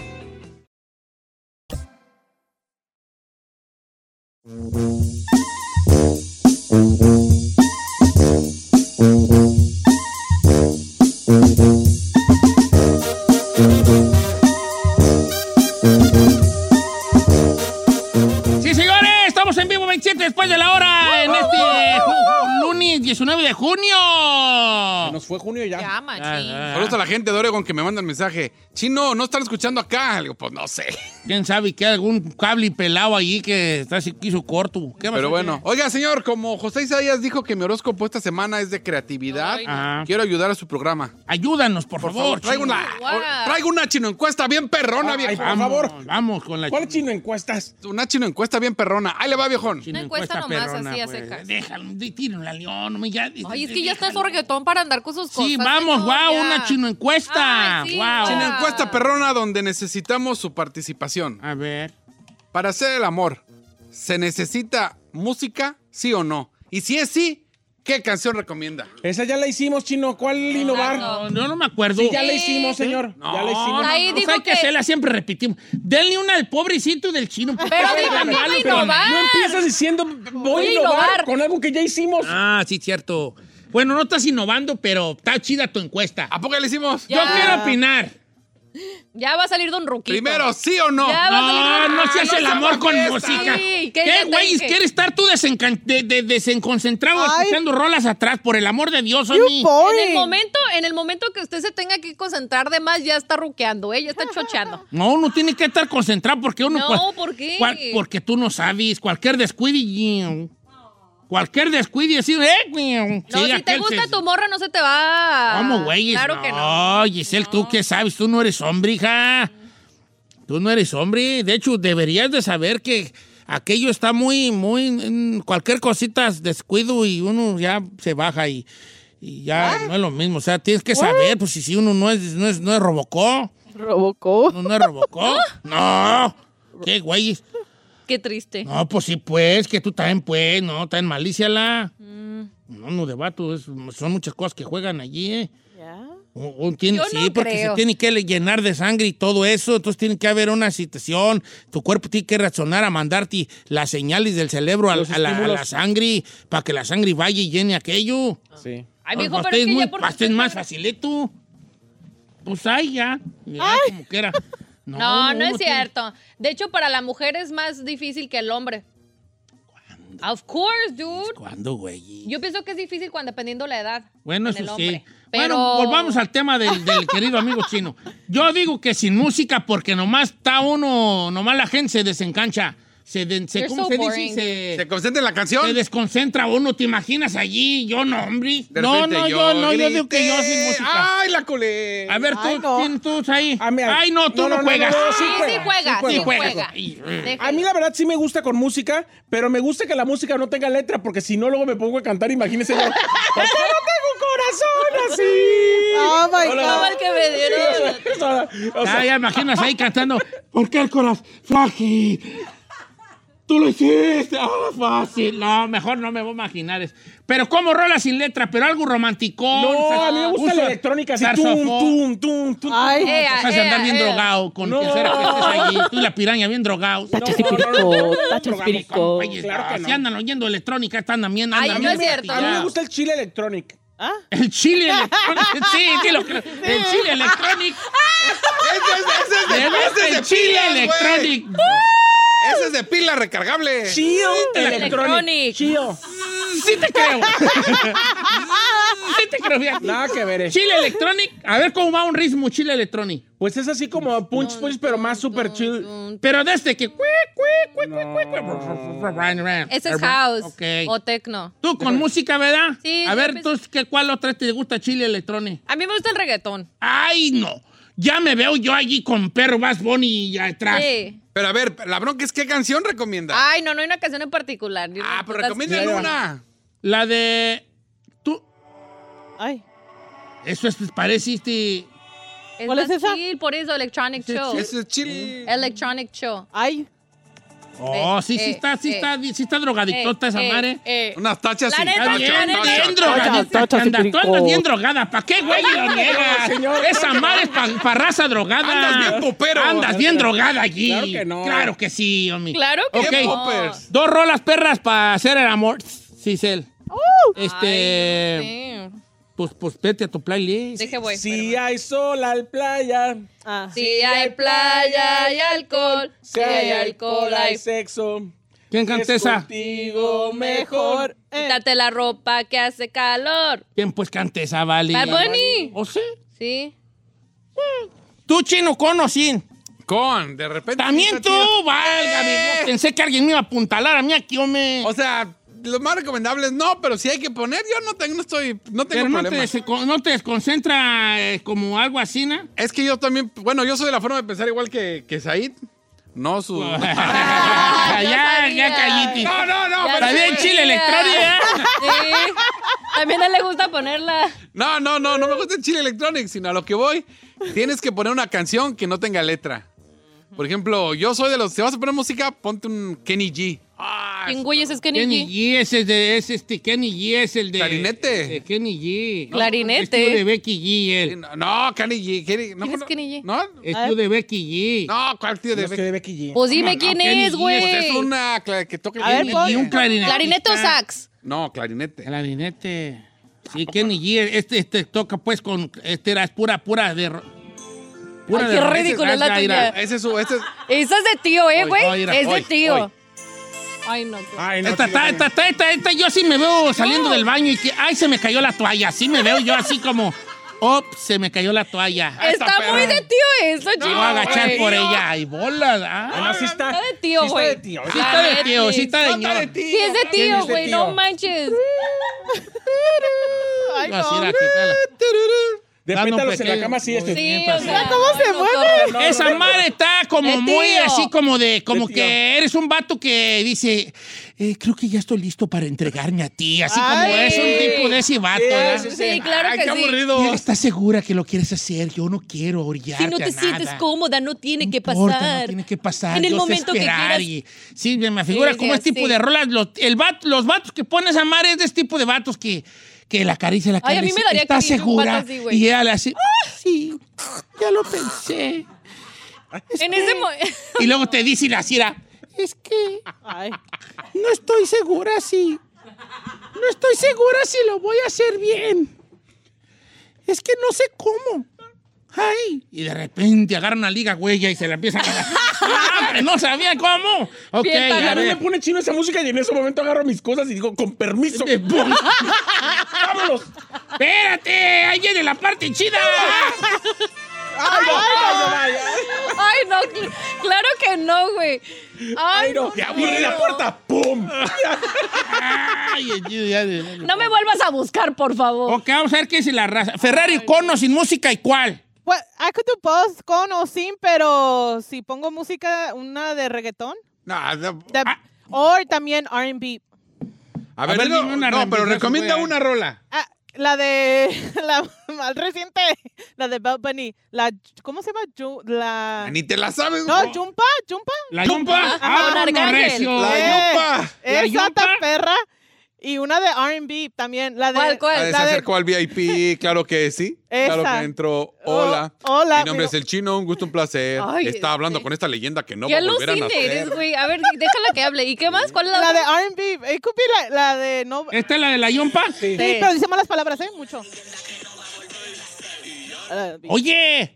[SPEAKER 2] Sí, señores, estamos en vivo 27 después de la hora en este ju- lunes 19 de junio.
[SPEAKER 3] Nos fue junio ya.
[SPEAKER 4] Ya, machín.
[SPEAKER 2] Ah.
[SPEAKER 5] lunes. Saludos a la gente de Oregon que me manda el mensaje. Chino, ¿no están escuchando acá? Le digo, pues no sé.
[SPEAKER 2] ¿Quién sabe que hay algún cable pelado ahí que está así, quiso corto? ¿Qué
[SPEAKER 5] Pero bueno. Oiga, señor, como José Isaías dijo que mi horóscopo esta semana es de creatividad,
[SPEAKER 3] Ah.
[SPEAKER 2] Ajá.
[SPEAKER 5] quiero ayudar a su programa.
[SPEAKER 2] Ayúdanos, por,
[SPEAKER 5] Por
[SPEAKER 2] favor.
[SPEAKER 5] favor, traigo
[SPEAKER 2] chino.
[SPEAKER 5] una,
[SPEAKER 4] Guau.
[SPEAKER 5] traigo una chino encuesta bien perrona,
[SPEAKER 3] Ay,
[SPEAKER 5] viejo.
[SPEAKER 3] por favor.
[SPEAKER 2] Vamos, Vamos con la
[SPEAKER 3] ¿Cuál chino encuestas?
[SPEAKER 5] Una chino encuesta bien perrona. Ahí le va, viejón.
[SPEAKER 2] chino
[SPEAKER 4] Una encuesta nomás, así, a secas.
[SPEAKER 2] pues. Déjalo, di- tíralo al león. hombre, ya, di-
[SPEAKER 4] Ay, es
[SPEAKER 2] di-
[SPEAKER 4] que ya está
[SPEAKER 2] déjalo.
[SPEAKER 4] sorguetón para andar con sus cosas.
[SPEAKER 2] Sí, vamos,
[SPEAKER 4] señor,
[SPEAKER 2] guau,
[SPEAKER 4] ya.
[SPEAKER 2] una chino encuesta.
[SPEAKER 4] Ay, sí,
[SPEAKER 2] Guau.
[SPEAKER 5] Chino
[SPEAKER 4] Chino
[SPEAKER 5] encuesta perrona donde necesitamos su participación.
[SPEAKER 2] A ver.
[SPEAKER 5] Para hacer el amor, ¿se necesita música, sí o no? Y si es sí, ¿qué canción recomienda?
[SPEAKER 3] Esa ya la hicimos, chino. ¿Cuál innovar?
[SPEAKER 2] No, no, no me acuerdo.
[SPEAKER 3] Sí, ya la hicimos, señor. ya la
[SPEAKER 2] No, no,
[SPEAKER 3] hicimos.
[SPEAKER 2] no,
[SPEAKER 4] Ahí
[SPEAKER 2] no,
[SPEAKER 4] dijo
[SPEAKER 2] hay que
[SPEAKER 4] que-
[SPEAKER 2] hacerla, siempre repetimos. Denle una al pobrecito del chino.
[SPEAKER 4] Pero dijo que iba a innovar.
[SPEAKER 3] No empiezas diciendo, voy a innovar
[SPEAKER 4] innovar.
[SPEAKER 3] con algo que ya hicimos.
[SPEAKER 2] Ah, sí, cierto. Bueno, no estás innovando, pero está chida tu encuesta.
[SPEAKER 5] ¿A poco ya le hicimos?
[SPEAKER 2] Yo quiero opinar.
[SPEAKER 4] Ya va a salir Don Ruquito.
[SPEAKER 5] Primero, ¿sí o no?
[SPEAKER 4] Ya va a
[SPEAKER 2] No,
[SPEAKER 4] salir Don
[SPEAKER 2] no se hace el
[SPEAKER 5] no se
[SPEAKER 2] amor con
[SPEAKER 5] molesta.
[SPEAKER 2] música.
[SPEAKER 4] Sí, que
[SPEAKER 2] ¿Qué,
[SPEAKER 4] ya
[SPEAKER 2] güey?
[SPEAKER 4] tenga.
[SPEAKER 2] ¿Quieres estar tú desencan- de- de- desenconcentrado
[SPEAKER 8] Ay.
[SPEAKER 2] escuchando rolas atrás? Por el amor de Dios,
[SPEAKER 8] You
[SPEAKER 2] Sony.
[SPEAKER 8] boring.
[SPEAKER 4] En el momento, en el momento que usted se tenga que concentrar de más, ya está ruqueando, ¿eh? Ya está chochando.
[SPEAKER 2] No, uno tiene que estar concentrado porque uno...
[SPEAKER 4] No,
[SPEAKER 2] cual-
[SPEAKER 4] ¿por qué?
[SPEAKER 2] cual- porque tú no sabes. Cualquier descuido y... Cualquier descuido y decir... Eh, güey.
[SPEAKER 4] No,
[SPEAKER 2] Sí,
[SPEAKER 4] si te
[SPEAKER 2] aquel
[SPEAKER 4] gusta
[SPEAKER 2] se-
[SPEAKER 4] tu morra, no se te va.
[SPEAKER 2] ¿Cómo, güey?
[SPEAKER 4] Claro
[SPEAKER 2] no,
[SPEAKER 4] que no.
[SPEAKER 2] Giselle, ¿tú qué sabes? Tú no eres hombre, hija. Tú no eres hombre. De hecho, deberías de saber que aquello está muy, muy... en cualquier cosita es descuido y uno ya se baja y, y ya no es lo mismo. O sea, tienes que saber, pues, si, si uno no es, no es, no es robocó.
[SPEAKER 8] Robocó.
[SPEAKER 2] ¿Uno no es robocó? No. ¿Qué, güey?
[SPEAKER 4] Qué triste.
[SPEAKER 2] No, pues sí, pues, que tú también, pues, no, tan
[SPEAKER 4] Mm.
[SPEAKER 2] malicia la. No, no debato, es- son muchas cosas que juegan allí, ¿eh?
[SPEAKER 8] Ya.
[SPEAKER 2] Un- un tiene-
[SPEAKER 4] Yo
[SPEAKER 2] sí,
[SPEAKER 4] no
[SPEAKER 2] porque
[SPEAKER 4] creo.
[SPEAKER 2] se tiene que le- llenar de sangre y todo eso. Entonces tiene que haber una situación. Tu cuerpo tiene que reaccionar a mandarte las señales del cerebro al-
[SPEAKER 3] Los
[SPEAKER 2] a, la, a la
[SPEAKER 3] estímulos.
[SPEAKER 2] sangre para que la sangre vaya y llene aquello.
[SPEAKER 3] Sí.
[SPEAKER 4] Ay,
[SPEAKER 2] Pues,
[SPEAKER 4] mijo,
[SPEAKER 2] para
[SPEAKER 4] pero es
[SPEAKER 2] ustedes
[SPEAKER 4] que
[SPEAKER 2] muy-
[SPEAKER 4] ya por
[SPEAKER 2] para ustedes
[SPEAKER 4] tus-
[SPEAKER 2] más facilito. Pues ahí ya. Ya, como quiera.
[SPEAKER 4] No, no, es
[SPEAKER 2] tiene-
[SPEAKER 4] cierto. De hecho, para la mujer es más difícil que el hombre. Of course, dude.
[SPEAKER 2] ¿Cuándo, güey?
[SPEAKER 4] Yo pienso que es difícil cuando dependiendo la edad.
[SPEAKER 2] Bueno,
[SPEAKER 4] en el
[SPEAKER 2] eso sí.
[SPEAKER 4] hombre. Pero
[SPEAKER 2] Bueno, volvamos al tema del, del querido amigo chino. Yo digo que sin música, porque nomás está uno, nomás la gente se desencancha. Se, den- se-
[SPEAKER 4] You're
[SPEAKER 2] ¿Cómo
[SPEAKER 4] so
[SPEAKER 2] se dice?
[SPEAKER 4] boring.
[SPEAKER 2] Se,
[SPEAKER 5] ¿Se concentra en la
[SPEAKER 2] se
[SPEAKER 5] canción?
[SPEAKER 2] desconcentra uno, ¿te imaginas allí? Yo no, hombre.
[SPEAKER 5] De
[SPEAKER 2] No,
[SPEAKER 5] repente
[SPEAKER 2] no, yo, no, yo
[SPEAKER 5] grité,
[SPEAKER 2] digo que yo sin música.
[SPEAKER 5] ¡Ay, la colé!
[SPEAKER 2] A ver, tú,
[SPEAKER 8] Ay, no.
[SPEAKER 2] ¿quién tú ahí?
[SPEAKER 3] A mí, a-
[SPEAKER 2] Ay, no, tú no, juegas.
[SPEAKER 3] no,
[SPEAKER 4] Sí, sí juega, sí
[SPEAKER 2] Sí
[SPEAKER 4] juega.
[SPEAKER 2] juega. Y-
[SPEAKER 4] Deja-
[SPEAKER 3] A mí la verdad sí me gusta con música, pero me gusta que la música no tenga letra, porque si no luego me pongo a cantar, imagínense yo. ¿Por qué no tengo un corazón así?
[SPEAKER 8] Oh my
[SPEAKER 3] Hola.
[SPEAKER 8] God.
[SPEAKER 4] Como el que me dieron.
[SPEAKER 3] O sea,
[SPEAKER 2] Ah, ya, ya imaginas ahí cantando, ¿por qué el corazón frágil? Tú lo hiciste, ahora fácil. No, mejor no me voy a imaginar eso. Pero como rola sin letra, pero algo romántico.
[SPEAKER 3] no, a mí me gusta la electrónica así. Tum, tum, tum, tum.
[SPEAKER 8] Ay,
[SPEAKER 4] Eh,
[SPEAKER 2] Vas a andar
[SPEAKER 4] eh,
[SPEAKER 2] bien
[SPEAKER 4] eh.
[SPEAKER 2] drogado con
[SPEAKER 3] No.
[SPEAKER 2] que hacer que estés allí. Tú y la piraña bien drogados.
[SPEAKER 3] No, no, no, no, no, no,
[SPEAKER 8] tacho
[SPEAKER 3] drogamos,
[SPEAKER 8] espíritu.
[SPEAKER 3] güeyes,
[SPEAKER 2] Claro que
[SPEAKER 3] no.
[SPEAKER 2] Si andan oyendo electrónica, están también.
[SPEAKER 4] Ay,
[SPEAKER 2] andan
[SPEAKER 4] no
[SPEAKER 2] bien
[SPEAKER 4] es cierto.
[SPEAKER 3] A mí me
[SPEAKER 2] matillados.
[SPEAKER 3] gusta el chile electrónico.
[SPEAKER 2] El chile electrónico. Sí, sí, lo creo. El chile electrónico.
[SPEAKER 5] ¡Ese es, ese es de,
[SPEAKER 2] Me
[SPEAKER 5] ese
[SPEAKER 2] gusta
[SPEAKER 5] es de
[SPEAKER 2] el chile
[SPEAKER 5] pilas, güey.
[SPEAKER 2] electrónico.
[SPEAKER 5] Ese es de pila recargable.
[SPEAKER 3] Chile
[SPEAKER 4] Electronic.
[SPEAKER 3] Chio.
[SPEAKER 2] Sí te creo. sí te creo, fíjate.
[SPEAKER 3] Nada que ver. eh.
[SPEAKER 2] Chile Electronic. A ver cómo va un ritmo Chile Electronic.
[SPEAKER 3] Pues es así como punch punch, pero más super chill.
[SPEAKER 2] Pero desde que... cue, cue, cue, cue, cue, cue.
[SPEAKER 4] Ese es house
[SPEAKER 2] Ok.
[SPEAKER 4] o techno.
[SPEAKER 2] Tú con música, ¿verdad?
[SPEAKER 4] Sí,
[SPEAKER 2] A
[SPEAKER 4] yo
[SPEAKER 2] ver,
[SPEAKER 4] pensé-
[SPEAKER 2] tú, ¿qué, ¿cuál otra te gusta Chile Electronic?
[SPEAKER 4] A mí me gusta el reggaetón.
[SPEAKER 2] ¡Ay, no! Ya me veo yo allí con perro Bass Bunny y atrás.
[SPEAKER 4] Sí.
[SPEAKER 5] Pero a ver, la bronca es qué canción
[SPEAKER 2] Ah,
[SPEAKER 5] recomienda.
[SPEAKER 4] Ay, no, no hay una canción en particular. Yo
[SPEAKER 5] Ah,
[SPEAKER 4] no-
[SPEAKER 5] pero
[SPEAKER 4] putas-
[SPEAKER 5] recomiendan una.
[SPEAKER 2] La de... Tú...
[SPEAKER 8] ay.
[SPEAKER 2] Eso es, este.
[SPEAKER 4] Eh,
[SPEAKER 2] pareciste...
[SPEAKER 4] Es
[SPEAKER 8] ¿Cuál es
[SPEAKER 4] más
[SPEAKER 8] esa?
[SPEAKER 4] chill, por eso, Electronic Show.
[SPEAKER 5] Ese es chile.
[SPEAKER 4] Electronic Show.
[SPEAKER 8] Ay,
[SPEAKER 2] Oh,
[SPEAKER 4] Eh,
[SPEAKER 2] sí, sí
[SPEAKER 4] eh,
[SPEAKER 2] está, sí
[SPEAKER 4] eh.
[SPEAKER 2] está, sí está drogadictota
[SPEAKER 4] Eh,
[SPEAKER 2] esa
[SPEAKER 4] eh,
[SPEAKER 2] madre.
[SPEAKER 4] eh.
[SPEAKER 5] Unas tachas
[SPEAKER 4] La
[SPEAKER 5] y
[SPEAKER 4] neta,
[SPEAKER 2] Está
[SPEAKER 4] Tacha,
[SPEAKER 2] bien,
[SPEAKER 4] tacha,
[SPEAKER 2] bien
[SPEAKER 8] tacha,
[SPEAKER 2] drogadita,
[SPEAKER 8] tacha,
[SPEAKER 2] anda, tú
[SPEAKER 8] citrico.
[SPEAKER 2] andas bien drogada. ¿Para qué, güey? lo niegas? Esa madre es para raza drogada.
[SPEAKER 5] Andas bien popero.
[SPEAKER 2] Andas bien drogada allí.
[SPEAKER 3] Claro que no.
[SPEAKER 2] Claro que sí, homie.
[SPEAKER 4] Claro que
[SPEAKER 2] Ok.
[SPEAKER 4] no.
[SPEAKER 5] poppers.
[SPEAKER 2] Dos rolas perras para hacer el amor. Cicel.
[SPEAKER 4] Uh.
[SPEAKER 2] este.
[SPEAKER 4] Sí.
[SPEAKER 2] Pues, pues vete a tu playlist.
[SPEAKER 4] Dije, güey.
[SPEAKER 3] Si
[SPEAKER 4] espérame.
[SPEAKER 3] hay sol al playa,
[SPEAKER 8] ah.
[SPEAKER 4] Si hay playa, hay alcohol.
[SPEAKER 3] si hay alcohol, hay sexo.
[SPEAKER 2] ¿Quién canta
[SPEAKER 3] Es
[SPEAKER 2] esa?
[SPEAKER 3] contigo mejor.
[SPEAKER 4] Quítate la ropa que hace calor.
[SPEAKER 2] ¿Quién pues canta esa, Vale?
[SPEAKER 4] Bad Bunny.
[SPEAKER 2] ¿O sí?
[SPEAKER 4] Sí.
[SPEAKER 2] ¿Tú, chino, con o sin?
[SPEAKER 5] Con, de repente.
[SPEAKER 2] También
[SPEAKER 5] una
[SPEAKER 2] tú,
[SPEAKER 5] tía-
[SPEAKER 2] válgame.
[SPEAKER 5] Eh.
[SPEAKER 2] yo Pensé que alguien me iba a apuntalar a mí aquí, hombre.
[SPEAKER 5] O sea, los más recomendables no, pero si hay que poner, yo no tengo, no estoy, no tengo
[SPEAKER 2] Pero no te,
[SPEAKER 5] problema.
[SPEAKER 2] desco- no te desconcentra eh, como algo así, ¿no?
[SPEAKER 5] Es que yo también, bueno, yo soy de la forma de pensar igual que, que Said. No su.
[SPEAKER 4] Ah, yo
[SPEAKER 2] ya,
[SPEAKER 4] sabía.
[SPEAKER 2] ya calliti.
[SPEAKER 5] No, no, no,
[SPEAKER 4] Ya
[SPEAKER 5] pero
[SPEAKER 2] Está bien,
[SPEAKER 4] sabía.
[SPEAKER 2] chile ¿eh? electrónica.
[SPEAKER 4] Sí. También a él le gusta ponerla.
[SPEAKER 5] No, no, no, no me gusta el Chile Electronic, sino a lo que voy, tienes que poner una canción que no tenga letra. Por ejemplo, yo soy de los, si vas a poner música, ponte un Kenny G. Ah,
[SPEAKER 4] ¿Quién güey es ese Kenny
[SPEAKER 2] Kenny
[SPEAKER 4] G?
[SPEAKER 2] G, ese es, de, es este Kenny G, es el de...
[SPEAKER 5] Clarinete.
[SPEAKER 2] de Kenny G.
[SPEAKER 4] Clarinete.
[SPEAKER 2] Es tú de Becky G, él.
[SPEAKER 5] no, Kenny G. Kenny, no,
[SPEAKER 4] ¿Quién es
[SPEAKER 5] no,
[SPEAKER 4] Kenny G?
[SPEAKER 5] No,
[SPEAKER 2] Es tú de Becky G.
[SPEAKER 5] no, cuál tío de
[SPEAKER 3] Es que de Becky G.
[SPEAKER 4] Pues dime
[SPEAKER 2] no,
[SPEAKER 4] quién
[SPEAKER 2] Kenny G
[SPEAKER 4] es,
[SPEAKER 2] es
[SPEAKER 5] Es
[SPEAKER 4] güey.
[SPEAKER 5] una cla- que toca el
[SPEAKER 8] A ver,
[SPEAKER 5] Kenny
[SPEAKER 8] pon-
[SPEAKER 5] G.
[SPEAKER 2] Y un clarinete.
[SPEAKER 4] ¿Clarinete o sax?
[SPEAKER 5] No, clarinete.
[SPEAKER 2] Clarinete. Sí, Kenny G, este, este toca pues con... Este era pura, pula de... ro- Pura
[SPEAKER 4] Ay, qué
[SPEAKER 2] ro-
[SPEAKER 4] ridículo es la
[SPEAKER 2] Ah, mira.
[SPEAKER 4] tuya.
[SPEAKER 5] Ese es su, este es-
[SPEAKER 4] Esa es de tío, ¿eh,
[SPEAKER 2] Hoy,
[SPEAKER 4] güey?
[SPEAKER 2] hoy, mira,
[SPEAKER 4] es
[SPEAKER 2] hoy,
[SPEAKER 4] de tío.
[SPEAKER 2] hoy. Ah,
[SPEAKER 4] Ay, no. qué-
[SPEAKER 3] Ay, no,
[SPEAKER 2] Esta,
[SPEAKER 3] chica,
[SPEAKER 2] esta, esta, esta, esta, esta, yo sí me veo saliendo del baño y que, ay, se me cayó la toalla. Sí me veo yo así como, op, se me cayó la toalla.
[SPEAKER 5] esta
[SPEAKER 4] Está
[SPEAKER 5] perra.
[SPEAKER 4] muy de tío eso,
[SPEAKER 2] Me
[SPEAKER 4] chino.
[SPEAKER 2] voy a agachar
[SPEAKER 4] Eh, güey.
[SPEAKER 2] por ella. Ay, bolas. ah.
[SPEAKER 3] Además, sí está,
[SPEAKER 4] Está de tío,
[SPEAKER 3] sí
[SPEAKER 4] güey.
[SPEAKER 3] está de tío.
[SPEAKER 2] Sí está de tío, sí está de
[SPEAKER 5] No, está de
[SPEAKER 2] ñor.
[SPEAKER 5] ti.
[SPEAKER 4] Sí, es de tío,
[SPEAKER 3] es de
[SPEAKER 4] güey.
[SPEAKER 3] tío?
[SPEAKER 4] No manches.
[SPEAKER 8] Ay,
[SPEAKER 2] No, sí,
[SPEAKER 8] no.
[SPEAKER 2] la quitala.
[SPEAKER 3] De
[SPEAKER 2] Dando un
[SPEAKER 3] pétalos en la
[SPEAKER 2] pequeño
[SPEAKER 3] cama así este.
[SPEAKER 4] Sí,
[SPEAKER 2] Bien,
[SPEAKER 4] o sea,
[SPEAKER 8] ¿Cómo se
[SPEAKER 4] no,
[SPEAKER 8] mueve?
[SPEAKER 4] no,
[SPEAKER 2] Esa madre está como
[SPEAKER 4] De
[SPEAKER 2] muy
[SPEAKER 4] tío.
[SPEAKER 2] así como de, como
[SPEAKER 3] De tío.
[SPEAKER 2] que eres un vato que dice, eh, creo que ya estoy listo para entregarme a ti. Así como
[SPEAKER 8] Ay.
[SPEAKER 2] es un tipo de ese vato. ¿verdad?
[SPEAKER 4] no. Sí, claro
[SPEAKER 5] Ay,
[SPEAKER 4] que
[SPEAKER 5] qué
[SPEAKER 4] sí.
[SPEAKER 5] aburrido.
[SPEAKER 2] Mira, ¿Estás segura que lo quieres hacer? Yo no quiero orillarte
[SPEAKER 4] Si no
[SPEAKER 2] a
[SPEAKER 4] te
[SPEAKER 2] nada.
[SPEAKER 4] sientes cómoda, no tiene que
[SPEAKER 2] importa, No
[SPEAKER 4] pasar.
[SPEAKER 2] tiene que pasar.
[SPEAKER 4] En el
[SPEAKER 2] yo sé
[SPEAKER 4] momento que
[SPEAKER 2] esperar y-
[SPEAKER 4] quieras.
[SPEAKER 2] sí, me me figura
[SPEAKER 4] Sí,
[SPEAKER 2] como
[SPEAKER 4] sí,
[SPEAKER 2] este tipo
[SPEAKER 4] sí.
[SPEAKER 2] de rolas. Los, el vat- los vatos que pones a mar es de este tipo de vatos que, que la acaricia la cara.
[SPEAKER 4] Ay, a
[SPEAKER 2] y le
[SPEAKER 4] mí me
[SPEAKER 2] dice,
[SPEAKER 4] daría
[SPEAKER 2] ¿Estás
[SPEAKER 4] cringe un vato
[SPEAKER 2] segura?
[SPEAKER 4] así, güey.
[SPEAKER 2] y ella le hace, "Ah, sí, ya lo pensé.
[SPEAKER 4] En ese momento.
[SPEAKER 2] Y luego te dice y la cira, es que
[SPEAKER 8] Ay.
[SPEAKER 2] no estoy segura si. No estoy segura si lo voy a hacer bien. Es que no sé cómo. Ay. Y de repente agarra una liga huella y se la empieza a agarrar. ¡Ah, pero no sabía cómo. Ok,
[SPEAKER 4] Bien,
[SPEAKER 2] a
[SPEAKER 3] A mí me
[SPEAKER 2] ver.
[SPEAKER 3] pone chino esa música y en ese momento agarro mis cosas y digo, con permiso.
[SPEAKER 2] Me pongo-
[SPEAKER 3] ¡Vámonos!
[SPEAKER 2] ¡Espérate! ¡Ahí viene la parte chida!
[SPEAKER 3] ¡Ay, no, ay, no, ay, ay.
[SPEAKER 4] Ay, no, cl- claro que no, güey. Ay, no.
[SPEAKER 3] Ya
[SPEAKER 4] no,
[SPEAKER 3] abrí la
[SPEAKER 4] no.
[SPEAKER 3] puerta, ¡pum!
[SPEAKER 2] Ay, ya- ya-
[SPEAKER 4] No me vuelvas a buscar, por favor.
[SPEAKER 2] Ok, vamos a ver qué es la raza. Ferrari cono sin música y cuál.
[SPEAKER 8] Well, pues, I could do both, con o sin, pero si pongo música, una de reggaetón.
[SPEAKER 5] No, no,
[SPEAKER 8] that-
[SPEAKER 2] Ah.
[SPEAKER 8] Or también R&B.
[SPEAKER 5] a ver,
[SPEAKER 2] ver,
[SPEAKER 5] no,
[SPEAKER 2] dime una
[SPEAKER 5] no,
[SPEAKER 2] random,
[SPEAKER 5] pero
[SPEAKER 2] no se
[SPEAKER 5] recomienda
[SPEAKER 2] puede.
[SPEAKER 5] una rola.
[SPEAKER 8] Ah, la de, la más reciente, la de Bad Bunny. La, ¿cómo se llama? Ju- la...
[SPEAKER 5] Ni te la sabes.
[SPEAKER 8] No,
[SPEAKER 5] güey.
[SPEAKER 8] Jumpa, Jumpa.
[SPEAKER 2] La yumpa.
[SPEAKER 4] Ajá,
[SPEAKER 2] Ah,
[SPEAKER 4] Don Arcángel.
[SPEAKER 2] recio.
[SPEAKER 5] La Yumpa.
[SPEAKER 2] La
[SPEAKER 8] Esa tan
[SPEAKER 2] Yumpa.
[SPEAKER 8] perra. Y una de R&B también. La de,
[SPEAKER 4] ¿Cuál, cuál?
[SPEAKER 5] A ver,
[SPEAKER 8] la
[SPEAKER 5] se
[SPEAKER 8] de-
[SPEAKER 5] acercó al VIP, claro que sí. Claro
[SPEAKER 8] Esa.
[SPEAKER 5] que entró. Hola.
[SPEAKER 8] Oh, hola,
[SPEAKER 5] Mi
[SPEAKER 8] pero-
[SPEAKER 5] nombre es el chino, un gusto, un placer.
[SPEAKER 4] Ay,
[SPEAKER 5] Está hablando
[SPEAKER 4] sí.
[SPEAKER 5] con esta leyenda que no va
[SPEAKER 4] Qué
[SPEAKER 5] a volver a
[SPEAKER 4] alucine eres,
[SPEAKER 5] nacer.
[SPEAKER 4] güey. A ver, déjala que hable. ¿Y qué más? ¿Cuál es la,
[SPEAKER 8] La
[SPEAKER 4] otra?
[SPEAKER 8] de R&B. It could be eh, la, la de... No, sí,
[SPEAKER 2] ¿Esta es la de la yumpa?
[SPEAKER 8] pero dice malas palabras, ¿eh? Mucho. Eh,
[SPEAKER 2] Oye,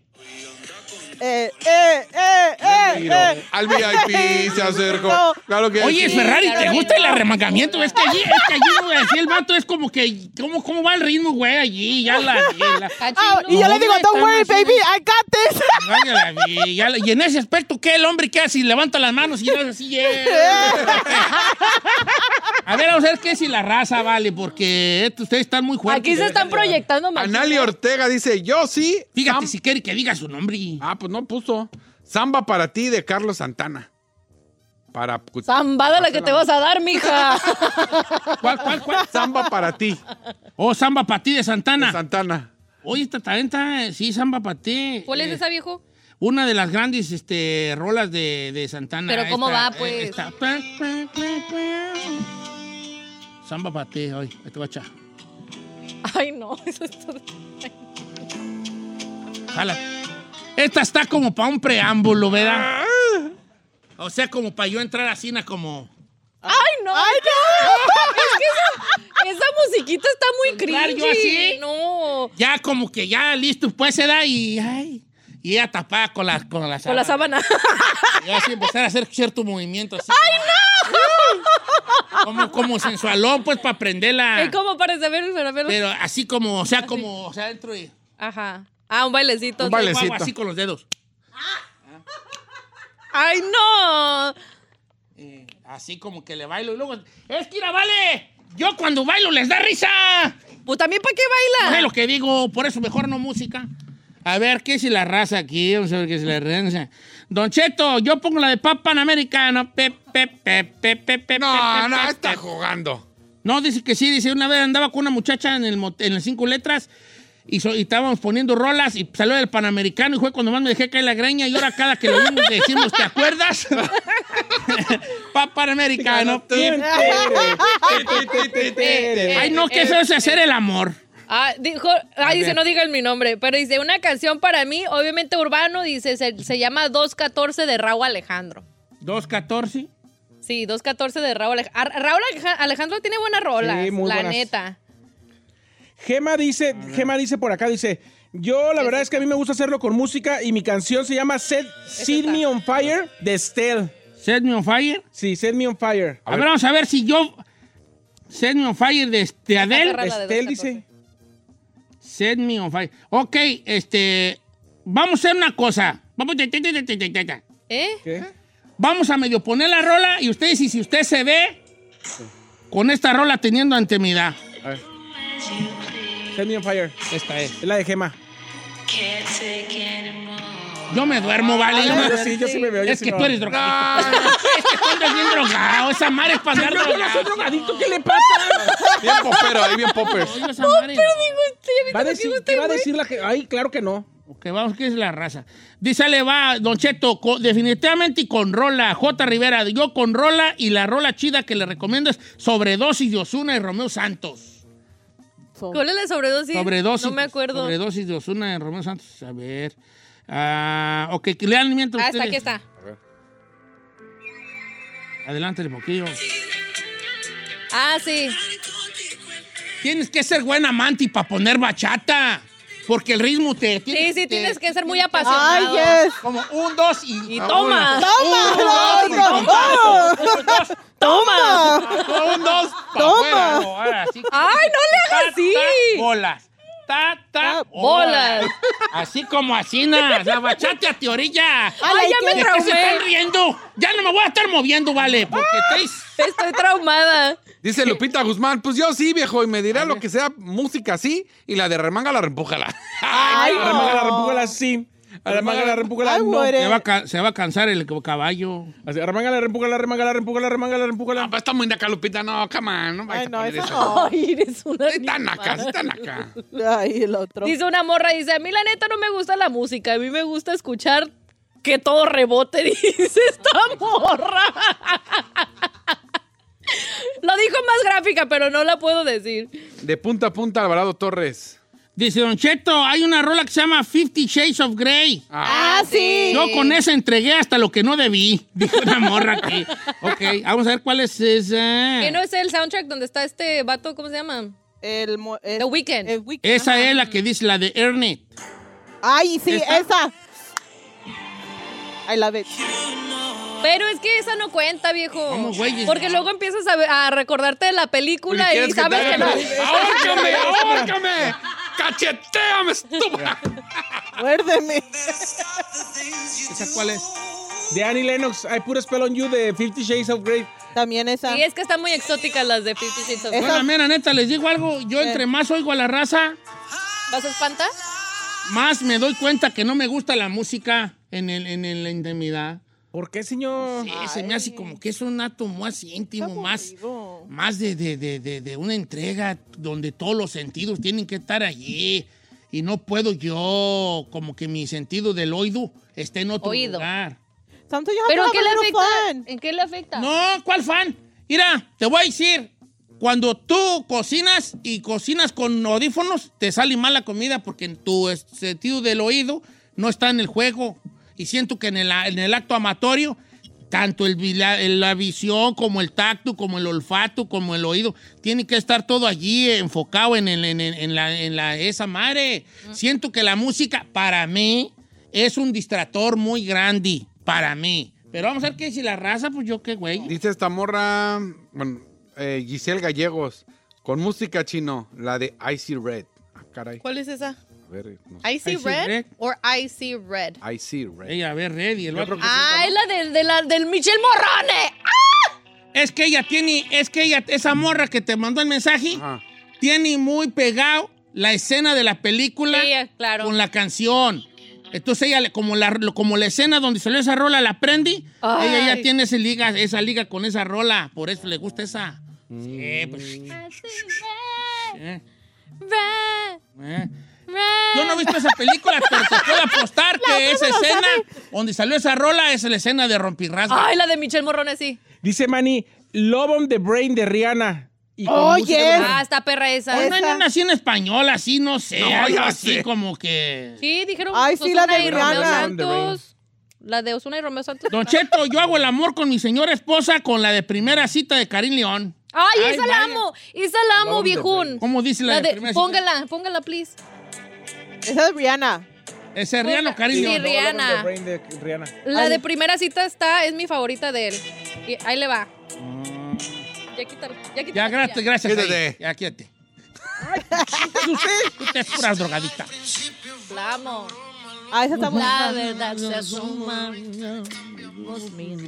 [SPEAKER 8] eh, eh, eh, eh,
[SPEAKER 5] Miro,
[SPEAKER 8] eh.
[SPEAKER 5] Al VIP se acercó.
[SPEAKER 8] No.
[SPEAKER 5] Claro que
[SPEAKER 2] oye,
[SPEAKER 5] sí.
[SPEAKER 2] Ferrari, ¿te
[SPEAKER 4] claro.
[SPEAKER 2] gusta el arremangamiento? Es que allí, es que allí, güey, así el vato es como que, ¿cómo, cómo va el ritmo, güey? Allí, ya la, vi, la-
[SPEAKER 8] Ah,
[SPEAKER 4] Cachino.
[SPEAKER 8] y yo le digo,
[SPEAKER 2] Hombre,
[SPEAKER 8] don't
[SPEAKER 2] está
[SPEAKER 8] worry,
[SPEAKER 2] imagínate.
[SPEAKER 8] baby, I got this.
[SPEAKER 2] ya la vi, ya la- y en ese aspecto, ¿qué? El hombre que hace y levanta las manos y hace así, yeah. A ver, vamos a ver qué si la raza vale, porque esto- ustedes están muy fuertes.
[SPEAKER 4] Aquí se están proyectando más.
[SPEAKER 5] Anali Ortega dice, yo sí.
[SPEAKER 2] Fíjate
[SPEAKER 5] Sam-
[SPEAKER 2] si quiere que diga su nombre.
[SPEAKER 5] Ah, pues no puso. Samba para ti de Carlos Santana. Para...
[SPEAKER 4] Zambada la que te vas a dar, mija.
[SPEAKER 2] ¿Cuál, cuál, cuál?
[SPEAKER 5] Samba para ti
[SPEAKER 2] Oh, Samba Patí de
[SPEAKER 5] de
[SPEAKER 2] Santana.
[SPEAKER 5] Santana.
[SPEAKER 2] Oye, esta talenta, eh, sí, Samba Patí.
[SPEAKER 4] ¿Cuál es esa, viejo?
[SPEAKER 2] Una de las grandes este, rolas de, de Santana.
[SPEAKER 4] Pero ¿cómo va, pues?
[SPEAKER 2] eh, esta. Samba Paté, hoy, este guacha.
[SPEAKER 4] Ay, no. Eso es todo.
[SPEAKER 2] Jala. Esta está como para un preámbulo, ¿verdad? O sea, como para yo entrar a Cina como...
[SPEAKER 4] Ay, no. Ay, no. Es que esa, esa musiquita está muy
[SPEAKER 2] Entrar
[SPEAKER 4] cringy.
[SPEAKER 2] yo así.
[SPEAKER 4] No.
[SPEAKER 2] Ya como que ya listo, pues se da y... Ay, y ella tapada con la, con la
[SPEAKER 4] Con la sábana.
[SPEAKER 2] Y así empezar a hacer cierto movimiento así. ¡Ay, no! Como, como sensualón, pues, para prenderla.
[SPEAKER 4] Ey, ¿Cómo parece? A ver, a ver, a ver.
[SPEAKER 2] Pero así como, o sea, como, o sea, dentro de...
[SPEAKER 4] Ajá. Ah, un bailecito.
[SPEAKER 5] Un baile-
[SPEAKER 2] Yo hago
[SPEAKER 5] Bailecito.
[SPEAKER 2] así con los dedos.
[SPEAKER 4] Ay, no.
[SPEAKER 2] Eh, así como que le bailo y luego... ¡Es que mira, vale! Yo cuando bailo les da risa.
[SPEAKER 4] Pues también, ¿para qué
[SPEAKER 2] No sé
[SPEAKER 4] baila?
[SPEAKER 2] lo que digo, por eso mejor no música. A ver, ¿qué es la raza aquí? Vamos a ver qué es la raza. Don Cheto, yo pongo la de Papa Panamericano. Pe, pe, pe, pe, pe, pe, pe,
[SPEAKER 5] No,
[SPEAKER 2] pe,
[SPEAKER 5] no,
[SPEAKER 2] pe,
[SPEAKER 5] está
[SPEAKER 2] pe.
[SPEAKER 5] jugando.
[SPEAKER 2] No, dice que sí, dice, una vez andaba con una muchacha en el mot- en las cinco letras y, so- y estábamos poniendo rolas y salió el Panamericano y fue cuando más me dejé caer la greña y ahora cada que lo vimos le decimos, ¿te acuerdas? pa Panamericano. Ay, no, que eso es hacer el amor.
[SPEAKER 4] Eh, Ah, dijo, ah, dice, no digan mi nombre, pero dice, una canción para mí, obviamente urbano, dice, se, se llama 214 de Raúl Alejandro.
[SPEAKER 2] 2.14.
[SPEAKER 4] Sí, 214 de Raúl Alejandro. Raúl Aleja- Alejandro tiene buenas rolas,
[SPEAKER 3] Sí, muy
[SPEAKER 4] la
[SPEAKER 3] buenas.
[SPEAKER 4] neta.
[SPEAKER 3] Gema dice, Gema dice por acá, dice, yo la verdad es que a mí me gusta hacerlo con música y mi canción se llama Set, Set Me On Fire de Estelle.
[SPEAKER 2] Set me on fire.
[SPEAKER 3] Sí, Set Me On Fire.
[SPEAKER 2] A ver, vamos a ver si yo. Set me on fire de, de Adele.
[SPEAKER 4] Agarra la de
[SPEAKER 3] Estelle
[SPEAKER 4] 214.
[SPEAKER 3] dice,
[SPEAKER 2] Set me on fire. Ok, este. Vamos a hacer una cosa. Vamos. ta, ta, ta, ta, ta, ta, ta.
[SPEAKER 4] ¿Eh?
[SPEAKER 3] ¿qué?
[SPEAKER 2] Vamos a medio poner la rola y ustedes, y si usted se ve con esta rola teniendo antemidad.
[SPEAKER 3] A ver. Set Me On Fire.
[SPEAKER 2] Esta es.
[SPEAKER 3] Es la de Gema.
[SPEAKER 2] Yo me duermo, vale. Yo me-
[SPEAKER 3] Yo sí, yo sí me veo. yo
[SPEAKER 2] es
[SPEAKER 3] sí
[SPEAKER 2] que
[SPEAKER 3] me
[SPEAKER 2] tú
[SPEAKER 3] veo.
[SPEAKER 2] eres drogadito. es que tú andas bien drogado. Esa madre es para andar
[SPEAKER 3] Yo no soy
[SPEAKER 2] drogado.
[SPEAKER 3] drogadito, ¿qué le pasa?
[SPEAKER 5] Bien popero, ahí bien popper.
[SPEAKER 2] Oye, esa madre.
[SPEAKER 3] Va a decir, ¿qué va a decir la que? Ay, claro que no.
[SPEAKER 2] Ok, vamos, ¿qué es la raza? Dice, le va, Don Cheto, co- definitivamente y con rola. J. Rivera, yo con rola y la rola chida que le recomiendo es Sobredosis de Osuna y Romeo Santos.
[SPEAKER 8] So-
[SPEAKER 4] ¿Cuál es la sobredosis?
[SPEAKER 2] Sobredosis. pues,
[SPEAKER 4] No me acuerdo.
[SPEAKER 2] Sobredosis de Osuna en Romeo Santos. A ver. Ah, ok, que lean mientras
[SPEAKER 4] Ah, está,
[SPEAKER 2] ustedes.
[SPEAKER 4] aquí está.
[SPEAKER 2] Adelántale un poquillo.
[SPEAKER 4] Ah, sí.
[SPEAKER 2] Tienes que ser buen amante para poner bachata. Porque el ritmo te.
[SPEAKER 4] Sí, sí, tienes que ser muy
[SPEAKER 8] Ay,
[SPEAKER 4] apasionado.
[SPEAKER 8] yes.
[SPEAKER 2] Como un, dos y.
[SPEAKER 4] Y toma.
[SPEAKER 2] ¡Toma!
[SPEAKER 8] no, no.
[SPEAKER 2] ¡Toma! Un, dos, ¡Toma! Ahora sí.
[SPEAKER 4] Ay, no le hagas así.
[SPEAKER 2] Ta, bolas. Ta, ta, bolas.
[SPEAKER 4] bolas.
[SPEAKER 2] Así como así, na. La bachata a orilla.
[SPEAKER 4] Ay, ya me
[SPEAKER 2] ¿De qué se están
[SPEAKER 4] traumé.
[SPEAKER 2] riendo? Ya no me voy a estar moviendo, vale. Porque
[SPEAKER 8] Ah.
[SPEAKER 2] estáis.
[SPEAKER 4] Estoy traumada.
[SPEAKER 5] Dice Lupita Guzmán, pues yo sí, viejo, y me dirá lo que sea, música así, y la de remanga la repújala.
[SPEAKER 3] Ay, a la manga la repújala sí. A la manga la repújala
[SPEAKER 8] Ay,
[SPEAKER 3] no.
[SPEAKER 8] muere.
[SPEAKER 2] Se va, a ca- se va a cansar el caballo.
[SPEAKER 3] Así, a la manga la repújala, remanga la repújala, remanga la repújala.
[SPEAKER 5] No, pues está muy naca, Lupita, no, come on, no
[SPEAKER 8] Ay,
[SPEAKER 5] vayas a
[SPEAKER 8] no,
[SPEAKER 5] poner
[SPEAKER 8] esa
[SPEAKER 5] eso.
[SPEAKER 8] no.
[SPEAKER 4] Ay, eres una.
[SPEAKER 5] Sí Está naca, sí está naca.
[SPEAKER 8] Ay, el otro.
[SPEAKER 4] Dice una morra, dice, a mí la neta no me gusta la música, a mí me gusta escuchar que todo rebote, dice esta morra. Lo dijo más gráfica, pero no la puedo decir.
[SPEAKER 5] De punta a punta, Alvarado Torres.
[SPEAKER 2] Dice Don Cheto, hay una rola que se llama Fifty Shades of Grey.
[SPEAKER 8] Ah, sí.
[SPEAKER 2] Yo con esa entregué hasta lo que no debí, dijo una morra aquí. Ok, vamos a ver cuál es esa.
[SPEAKER 4] ¿Qué no es el soundtrack donde está este vato, cómo se llama?
[SPEAKER 8] El, mo- el-
[SPEAKER 4] The Weeknd.
[SPEAKER 8] el Weeknd,
[SPEAKER 2] Esa
[SPEAKER 8] ajá.
[SPEAKER 2] es la que dice, la de Ernie.
[SPEAKER 8] Ay, sí,
[SPEAKER 2] ¿Esta?
[SPEAKER 8] esa. I love it.
[SPEAKER 4] Pero es que esa no cuenta, viejo.
[SPEAKER 2] ¿Cómo, güey?
[SPEAKER 4] Porque luego empiezas a, ver- a recordarte de la película y,
[SPEAKER 5] ¿Quieres que te
[SPEAKER 4] sabes que,
[SPEAKER 5] haga-
[SPEAKER 4] no.
[SPEAKER 5] ¡Ahórcame, ahórcame! ¡Cacheteame, estúpida!
[SPEAKER 8] Muérdeme.
[SPEAKER 2] ¿Esa cuál es?
[SPEAKER 3] De Annie Lennox, I put a spell on you de Fifty Shades of Grey.
[SPEAKER 8] También esa.
[SPEAKER 4] Y es que están muy exóticas las de Fifty Shades of Grey.
[SPEAKER 2] Bueno, mera neta, les digo algo. Yo entre más oigo a la raza,
[SPEAKER 4] ¿Vas a espantar?
[SPEAKER 2] más me doy cuenta que no me gusta la música en, el, en, el- la intimidad.
[SPEAKER 3] ¿Por qué, señor?
[SPEAKER 2] Sí, se me hace como que es un acto más íntimo, más,
[SPEAKER 8] aburrido.
[SPEAKER 2] más de, de- de- de- de una entrega donde todos los sentidos tienen que estar allí. Y no puedo yo, como que mi sentido del oído esté en otro
[SPEAKER 4] Oído.
[SPEAKER 2] lugar.
[SPEAKER 8] Sometimes you have
[SPEAKER 4] ¿Pero
[SPEAKER 8] to
[SPEAKER 4] en
[SPEAKER 8] have
[SPEAKER 4] qué le
[SPEAKER 8] a little
[SPEAKER 4] afecta?
[SPEAKER 8] fun.
[SPEAKER 4] ¿En qué le afecta?
[SPEAKER 2] No, ¿cuál fan? Mira, te voy a decir, cuando tú cocinas y cocinas con audífonos, te sale mal la comida porque en tu es- sentido del oído no está en el juego. Y siento que en el, a- en el acto amatorio, tanto el vi- la, el- la visión como el tacto, como el olfato, como el oído, tiene que estar todo allí eh, enfocado en, el- en- en- en la, en la- esa madre. Siento que la música, para mí, es un distractor muy grande, para mí. Pero vamos a ver que si la raza, pues yo qué güey.
[SPEAKER 5] Dice esta morra, bueno, eh, Giselle Gallegos, con música chino, la de Icy Red. Ah, caray.
[SPEAKER 4] ¿Cuál es esa?
[SPEAKER 5] A ver, no sé.
[SPEAKER 4] Icy
[SPEAKER 2] Icy Red Red. Ah,
[SPEAKER 4] or Icy Red?
[SPEAKER 5] Icy Red.
[SPEAKER 2] Ella, a ver, Red y el otro.
[SPEAKER 4] Ah, es la del, de la- del Michel Morrone.
[SPEAKER 2] Es que ella tiene, es que ella, esa morra que te mandó el mensaje,
[SPEAKER 5] Ajá.
[SPEAKER 2] tiene muy pegado la escena de la película
[SPEAKER 4] Sí, claro.
[SPEAKER 2] con la canción. Entonces ella, le- como la, como la escena donde salió esa rola, la prendí,
[SPEAKER 4] Ay.
[SPEAKER 2] ella ya tiene ese liga, esa liga con esa rola, por eso le gusta esa. Sí, pues, sí, eh. Yo no he visto esa película, pero te puedo apostar que esa escena donde salió esa rola es la escena de Rompirrasga.
[SPEAKER 4] Ay, la de Michel Morrone, sí.
[SPEAKER 3] Dice Manny, Love on the Brain de Rihanna. Y con
[SPEAKER 8] Oh,
[SPEAKER 3] música-
[SPEAKER 8] yes.
[SPEAKER 4] Ah, está perra esa.
[SPEAKER 8] Ay,
[SPEAKER 2] No hay
[SPEAKER 8] Esa.
[SPEAKER 2] una así en español, así no sé,
[SPEAKER 5] No,
[SPEAKER 2] algo
[SPEAKER 5] ya
[SPEAKER 2] así
[SPEAKER 5] sé.
[SPEAKER 2] como que...
[SPEAKER 4] Sí, dijeron
[SPEAKER 8] Ay, sí, la
[SPEAKER 4] Ozuna
[SPEAKER 8] de
[SPEAKER 4] y Romeo
[SPEAKER 8] Rihanna.
[SPEAKER 4] Santos. La de Osuna y Romeo Santos.
[SPEAKER 2] Don Cheto, yo hago el amor con mi señora esposa con la de primera cita de Karim León.
[SPEAKER 4] Ay,
[SPEAKER 2] Ay,
[SPEAKER 4] esa la
[SPEAKER 2] vaya.
[SPEAKER 4] amo. Esa la amo, viejún.
[SPEAKER 2] ¿Cómo dice la,
[SPEAKER 4] La
[SPEAKER 2] de,
[SPEAKER 4] de,
[SPEAKER 2] primera
[SPEAKER 4] póngala, póngala, please.
[SPEAKER 8] Esa de Rihanna.
[SPEAKER 2] cita? Ese Riano Karim
[SPEAKER 4] Sí,
[SPEAKER 2] León.
[SPEAKER 3] Love on the
[SPEAKER 4] Rihanna.
[SPEAKER 3] Brain de Rihanna.
[SPEAKER 4] La
[SPEAKER 8] Ay.
[SPEAKER 4] de primera cita está, es mi favorita de él. Y ahí le va. Ya quítale, ya quítale.
[SPEAKER 2] Mm. Ya, gracias, gracias. ahí.
[SPEAKER 5] Quítate.
[SPEAKER 2] Ya, quédate. Usted, usted es pura drogadita.
[SPEAKER 4] La amo.
[SPEAKER 8] Ah, esa está muy
[SPEAKER 4] La verdad se asoma. Dios mío.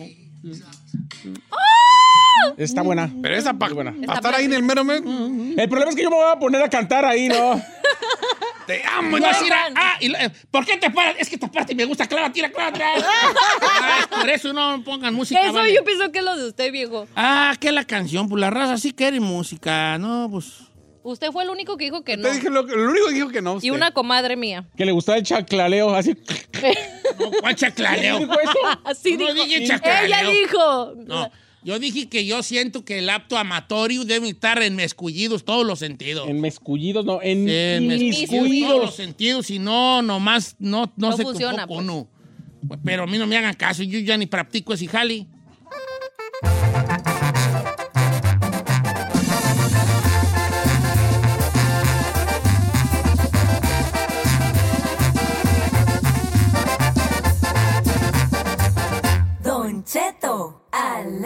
[SPEAKER 3] Está
[SPEAKER 5] Mm.
[SPEAKER 3] buena.
[SPEAKER 5] Pero esa para
[SPEAKER 4] Está
[SPEAKER 5] estar ahí en el mero mero.
[SPEAKER 2] Mm.
[SPEAKER 3] El problema es que yo me voy a poner a cantar ahí, ¿no?
[SPEAKER 5] Te amo,
[SPEAKER 2] Voy a decir,
[SPEAKER 4] Juan.
[SPEAKER 2] ah, y la- ¿por qué te paras? Es que te paras y me gusta. Clara, tira, clara, tira. Ay, por eso no pongan música.
[SPEAKER 4] Eso
[SPEAKER 2] vale.
[SPEAKER 4] yo pienso que es lo de usted, viejo.
[SPEAKER 2] Ah, que la canción, pues la raza sí quiere música, no, pues...
[SPEAKER 4] Usted fue el único que dijo que no.
[SPEAKER 5] Te dije lo, que- lo único que dijo que no. usted.
[SPEAKER 4] Y una comadre mía.
[SPEAKER 3] Que le gustaba el chaclaleo, así.
[SPEAKER 2] No, ¿cuál chaclaleo?
[SPEAKER 3] ¿Dijo eso?
[SPEAKER 4] Así
[SPEAKER 2] No
[SPEAKER 4] dijo.
[SPEAKER 2] dije chacaleo.
[SPEAKER 4] Ella dijo.
[SPEAKER 2] No, Yo dije que yo siento que el apto amatorio debe estar enmescullidos todos los sentidos.
[SPEAKER 3] En mezcullidos, no, en
[SPEAKER 2] Enmescullidos todos los
[SPEAKER 3] inmiscuidos.
[SPEAKER 2] sentidos. Si no, nomás no, no,
[SPEAKER 4] No
[SPEAKER 2] se
[SPEAKER 4] funciona, pues.
[SPEAKER 2] con uno. Pues, Pero a mí no me hagan caso. Yo ya ni practico ese jali.
[SPEAKER 7] Don Cheto al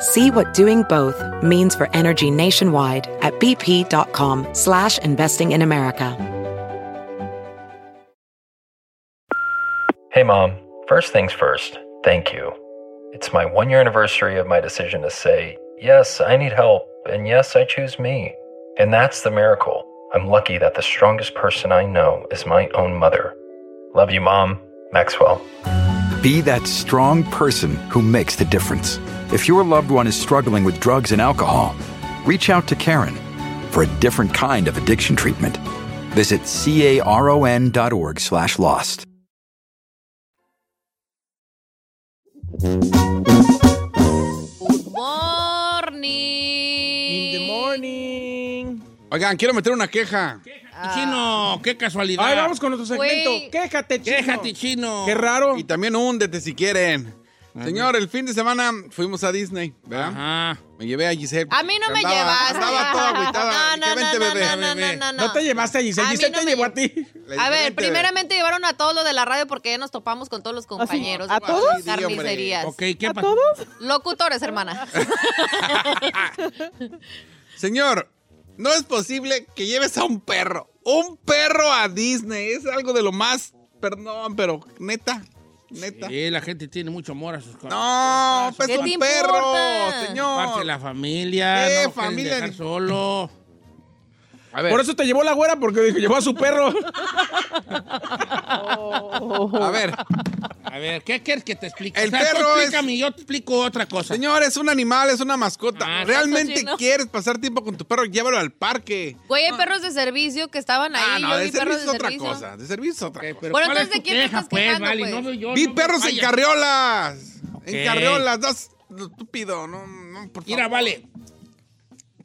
[SPEAKER 1] See what doing both means for energy nationwide at bp.com slash investing in America.
[SPEAKER 9] Hey, Mom. First things first, thank you. It's my one year anniversary of my decision to say, yes, I need help, and yes, I choose me. And that's the miracle. I'm lucky that the strongest person I know is my own mother. Love you, Mom. Maxwell.
[SPEAKER 10] Be that strong person who makes the difference. If your loved one is struggling with drugs and alcohol, reach out to Karen for a different kind of addiction treatment. Visit caron.org slash lost.
[SPEAKER 4] Good morning.
[SPEAKER 3] In the morning.
[SPEAKER 5] Oigan, quiero meter una queja.
[SPEAKER 4] Ah.
[SPEAKER 2] Chino, qué casualidad.
[SPEAKER 3] Ahí vamos con nuestro segmento.
[SPEAKER 4] Güey.
[SPEAKER 3] Quéjate, chino.
[SPEAKER 2] Quéjate, chino.
[SPEAKER 3] Qué raro.
[SPEAKER 5] Y también húndete si quieren. Señor, el fin de semana fuimos a Disney, ¿verdad?
[SPEAKER 2] Ajá.
[SPEAKER 5] Me llevé a Giselle.
[SPEAKER 4] A mí no me
[SPEAKER 5] Andaba-
[SPEAKER 4] llevaste.
[SPEAKER 5] Andaba toda agüitada.
[SPEAKER 4] No,
[SPEAKER 5] Le
[SPEAKER 4] no, no,
[SPEAKER 5] dije, "Vente, bebé".
[SPEAKER 4] no, no, no, no, no.
[SPEAKER 3] No te llevaste a Giselle.
[SPEAKER 4] A mí
[SPEAKER 3] Giselle
[SPEAKER 4] no
[SPEAKER 3] te
[SPEAKER 4] me
[SPEAKER 3] llevó
[SPEAKER 4] lle-
[SPEAKER 3] a ti.
[SPEAKER 5] Le dije,
[SPEAKER 4] A ver,
[SPEAKER 5] "Vente, bebé".
[SPEAKER 4] primeramente llevaron a todos los de la radio porque ya nos topamos con todos los compañeros.
[SPEAKER 8] ¿Ah, ¿A
[SPEAKER 4] de
[SPEAKER 8] todos?
[SPEAKER 4] las Carnicerías.
[SPEAKER 2] Ok, ¿qué
[SPEAKER 8] ¿A
[SPEAKER 2] pasó?
[SPEAKER 8] todos?
[SPEAKER 4] Locutores, hermana.
[SPEAKER 5] Señor, no es posible que lleves a un perro. Un perro a Disney. Es algo de lo más. Perdón, pero neta. Neta.
[SPEAKER 2] Sí, la gente tiene mucho amor a sus cosas.
[SPEAKER 5] No, pues
[SPEAKER 4] ¿Qué
[SPEAKER 5] un
[SPEAKER 4] te
[SPEAKER 5] perro,
[SPEAKER 4] importa?
[SPEAKER 5] señor.
[SPEAKER 2] Parte la familia.
[SPEAKER 5] Eh,
[SPEAKER 2] no lo quieren
[SPEAKER 5] familia.
[SPEAKER 2] dejar solo.
[SPEAKER 5] A ver,
[SPEAKER 3] Por eso te llevó la güera, porque dijo, llevó a su perro.
[SPEAKER 5] a ver.
[SPEAKER 2] A ver, ¿qué quieres que te explique?
[SPEAKER 5] El
[SPEAKER 2] O sea, tú
[SPEAKER 5] perro es-
[SPEAKER 2] explícame y yo te explico otra cosa.
[SPEAKER 5] Señor, es un animal, es una mascota.
[SPEAKER 2] Ah,
[SPEAKER 5] ¿Realmente
[SPEAKER 4] chino.
[SPEAKER 5] quieres pasar tiempo con tu perro? Llévalo al parque.
[SPEAKER 4] Güey, hay perros de servicio que estaban ahí.
[SPEAKER 5] Ah, no,
[SPEAKER 4] yo
[SPEAKER 5] de
[SPEAKER 4] vi perros
[SPEAKER 5] servicio
[SPEAKER 4] de
[SPEAKER 5] es otra
[SPEAKER 4] servicio.
[SPEAKER 5] cosa. De servicio es otra
[SPEAKER 2] Ok,
[SPEAKER 5] cosa.
[SPEAKER 2] pero
[SPEAKER 4] Bueno,
[SPEAKER 2] ¿cuál es
[SPEAKER 4] entonces,
[SPEAKER 2] tu
[SPEAKER 4] ¿de quién te
[SPEAKER 2] queja,
[SPEAKER 4] estás quejando,
[SPEAKER 2] Vale,
[SPEAKER 4] pues?
[SPEAKER 2] no veo yo,
[SPEAKER 5] Vi
[SPEAKER 2] no me
[SPEAKER 5] perros en
[SPEAKER 2] vayas.
[SPEAKER 5] carriolas.
[SPEAKER 2] Ok.
[SPEAKER 5] En carriolas. Dos, estúpido. No, no, por favor.
[SPEAKER 2] Mira, vale.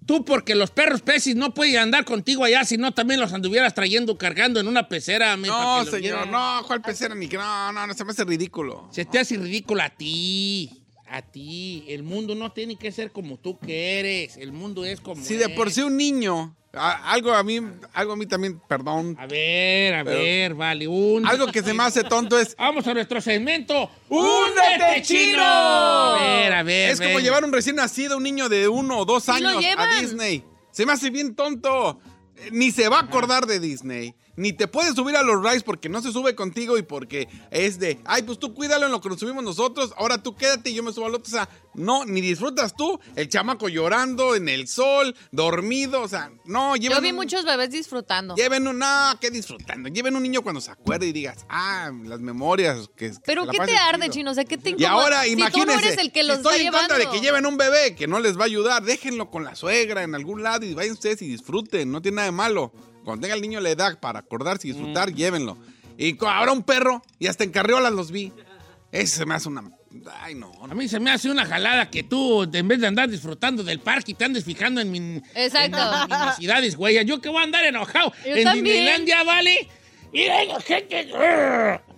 [SPEAKER 2] Tú, porque los perros peces no pueden andar contigo allá, si no también los anduvieras trayendo, cargando en una pecera. men, para
[SPEAKER 5] No,
[SPEAKER 2] que los
[SPEAKER 5] señor,
[SPEAKER 2] vieras.
[SPEAKER 5] no, ¿cuál pecera ni que no, no, no, se me hace ridículo.
[SPEAKER 2] Se te hace ridículo a ti. A ti. El mundo no tiene que ser como tú quieres. El mundo es como.
[SPEAKER 5] Si de por
[SPEAKER 2] es.
[SPEAKER 5] sí un niño, a- algo a mí, algo a mí también, perdón,
[SPEAKER 2] A ver, a
[SPEAKER 5] Pero-
[SPEAKER 2] ver, vale. Un...
[SPEAKER 5] algo que se me hace tonto es,
[SPEAKER 2] Vamos a nuestro segmento.
[SPEAKER 3] ¡Únete, chino!
[SPEAKER 2] A ver, a ver.
[SPEAKER 5] es como
[SPEAKER 2] ven.
[SPEAKER 5] llevar un recién nacido, un niño de uno o dos
[SPEAKER 4] Sí lo
[SPEAKER 5] años a
[SPEAKER 4] llevan.
[SPEAKER 5] Disney. Se me hace bien tonto. Eh, Ni se va a acordar de Disney. Ni te puedes subir a los rides porque no se sube contigo y porque es de, ay, pues tú cuídalo en lo que nos subimos nosotros, ahora tú quédate y yo me subo al otro. O sea, no, ni disfrutas tú, el chamaco llorando en el sol, dormido, o sea, no, llevan
[SPEAKER 4] Yo vi
[SPEAKER 5] un-
[SPEAKER 4] muchos bebés disfrutando.
[SPEAKER 5] Lleven un, no, que disfrutando. Lleven un niño cuando se acuerde y digas, ah, las memorias. Que, que
[SPEAKER 4] Pero
[SPEAKER 5] la
[SPEAKER 4] ¿qué te
[SPEAKER 5] pases
[SPEAKER 4] arde,
[SPEAKER 5] chido.
[SPEAKER 4] chino? O sea, ¿qué te
[SPEAKER 5] Y
[SPEAKER 4] incomoda?
[SPEAKER 5] ahora
[SPEAKER 4] Si
[SPEAKER 5] imagínense,
[SPEAKER 4] tú no eres el que los
[SPEAKER 5] estoy
[SPEAKER 4] está
[SPEAKER 5] en contra de
[SPEAKER 4] llevando.
[SPEAKER 5] que lleven un bebé que no les va a ayudar. Déjenlo con la suegra en algún lado y vayan ustedes y disfruten. No tiene nada de malo. Cuando tenga el niño la edad para acordarse y disfrutar,
[SPEAKER 4] Mm.
[SPEAKER 5] llévenlo. Y co- ahora un perro y hasta en carriolas los vi. Ese se me hace una... Ay, no.
[SPEAKER 2] A mí se me hace una jalada que tú, en vez de andar disfrutando del parque, te andes fijando en mi.
[SPEAKER 4] Exacto.
[SPEAKER 2] Ciudades, güey. Yo que voy a andar enojado.
[SPEAKER 4] Yo
[SPEAKER 2] en
[SPEAKER 4] también.
[SPEAKER 2] Disneylandia, vale. Mira, la gente.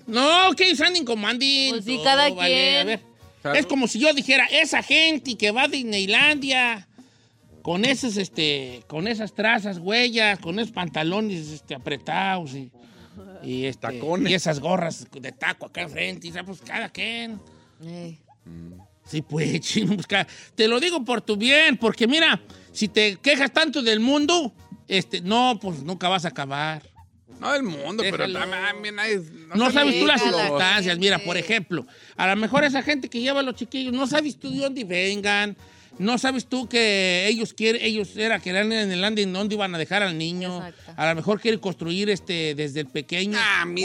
[SPEAKER 2] No, que sanden comanding.
[SPEAKER 4] Pues sí,
[SPEAKER 2] No,
[SPEAKER 4] cada
[SPEAKER 2] A
[SPEAKER 4] quien.
[SPEAKER 2] ver. Es como si yo dijera, esa gente que va a Disneylandia con esas, este, con esas trazas, huellas, con esos pantalones este, apretados y, y, este,
[SPEAKER 5] Tacones.
[SPEAKER 2] y esas gorras de taco acá enfrente, y, o sea, pues cada quien.
[SPEAKER 4] Ey.
[SPEAKER 2] Sí, pues, chino, pues, ca- te lo digo por tu bien, porque mira, si te quejas tanto del mundo, este, no, pues nunca vas a acabar.
[SPEAKER 5] No del mundo,
[SPEAKER 2] Déjalo.
[SPEAKER 5] pero también hay...
[SPEAKER 2] No
[SPEAKER 5] sean
[SPEAKER 2] sabes tú las
[SPEAKER 4] cada
[SPEAKER 5] ridículos.
[SPEAKER 2] circunstancias. Mira,
[SPEAKER 4] gente.
[SPEAKER 2] por ejemplo, a lo mejor esa gente que lleva a los chiquillos, no sabes tú de dónde vengan, No sabes tú que ellos quieren, ellos era que eran en el landing donde iban a dejar al niño. A lo mejor quiere construir este desde el pequeño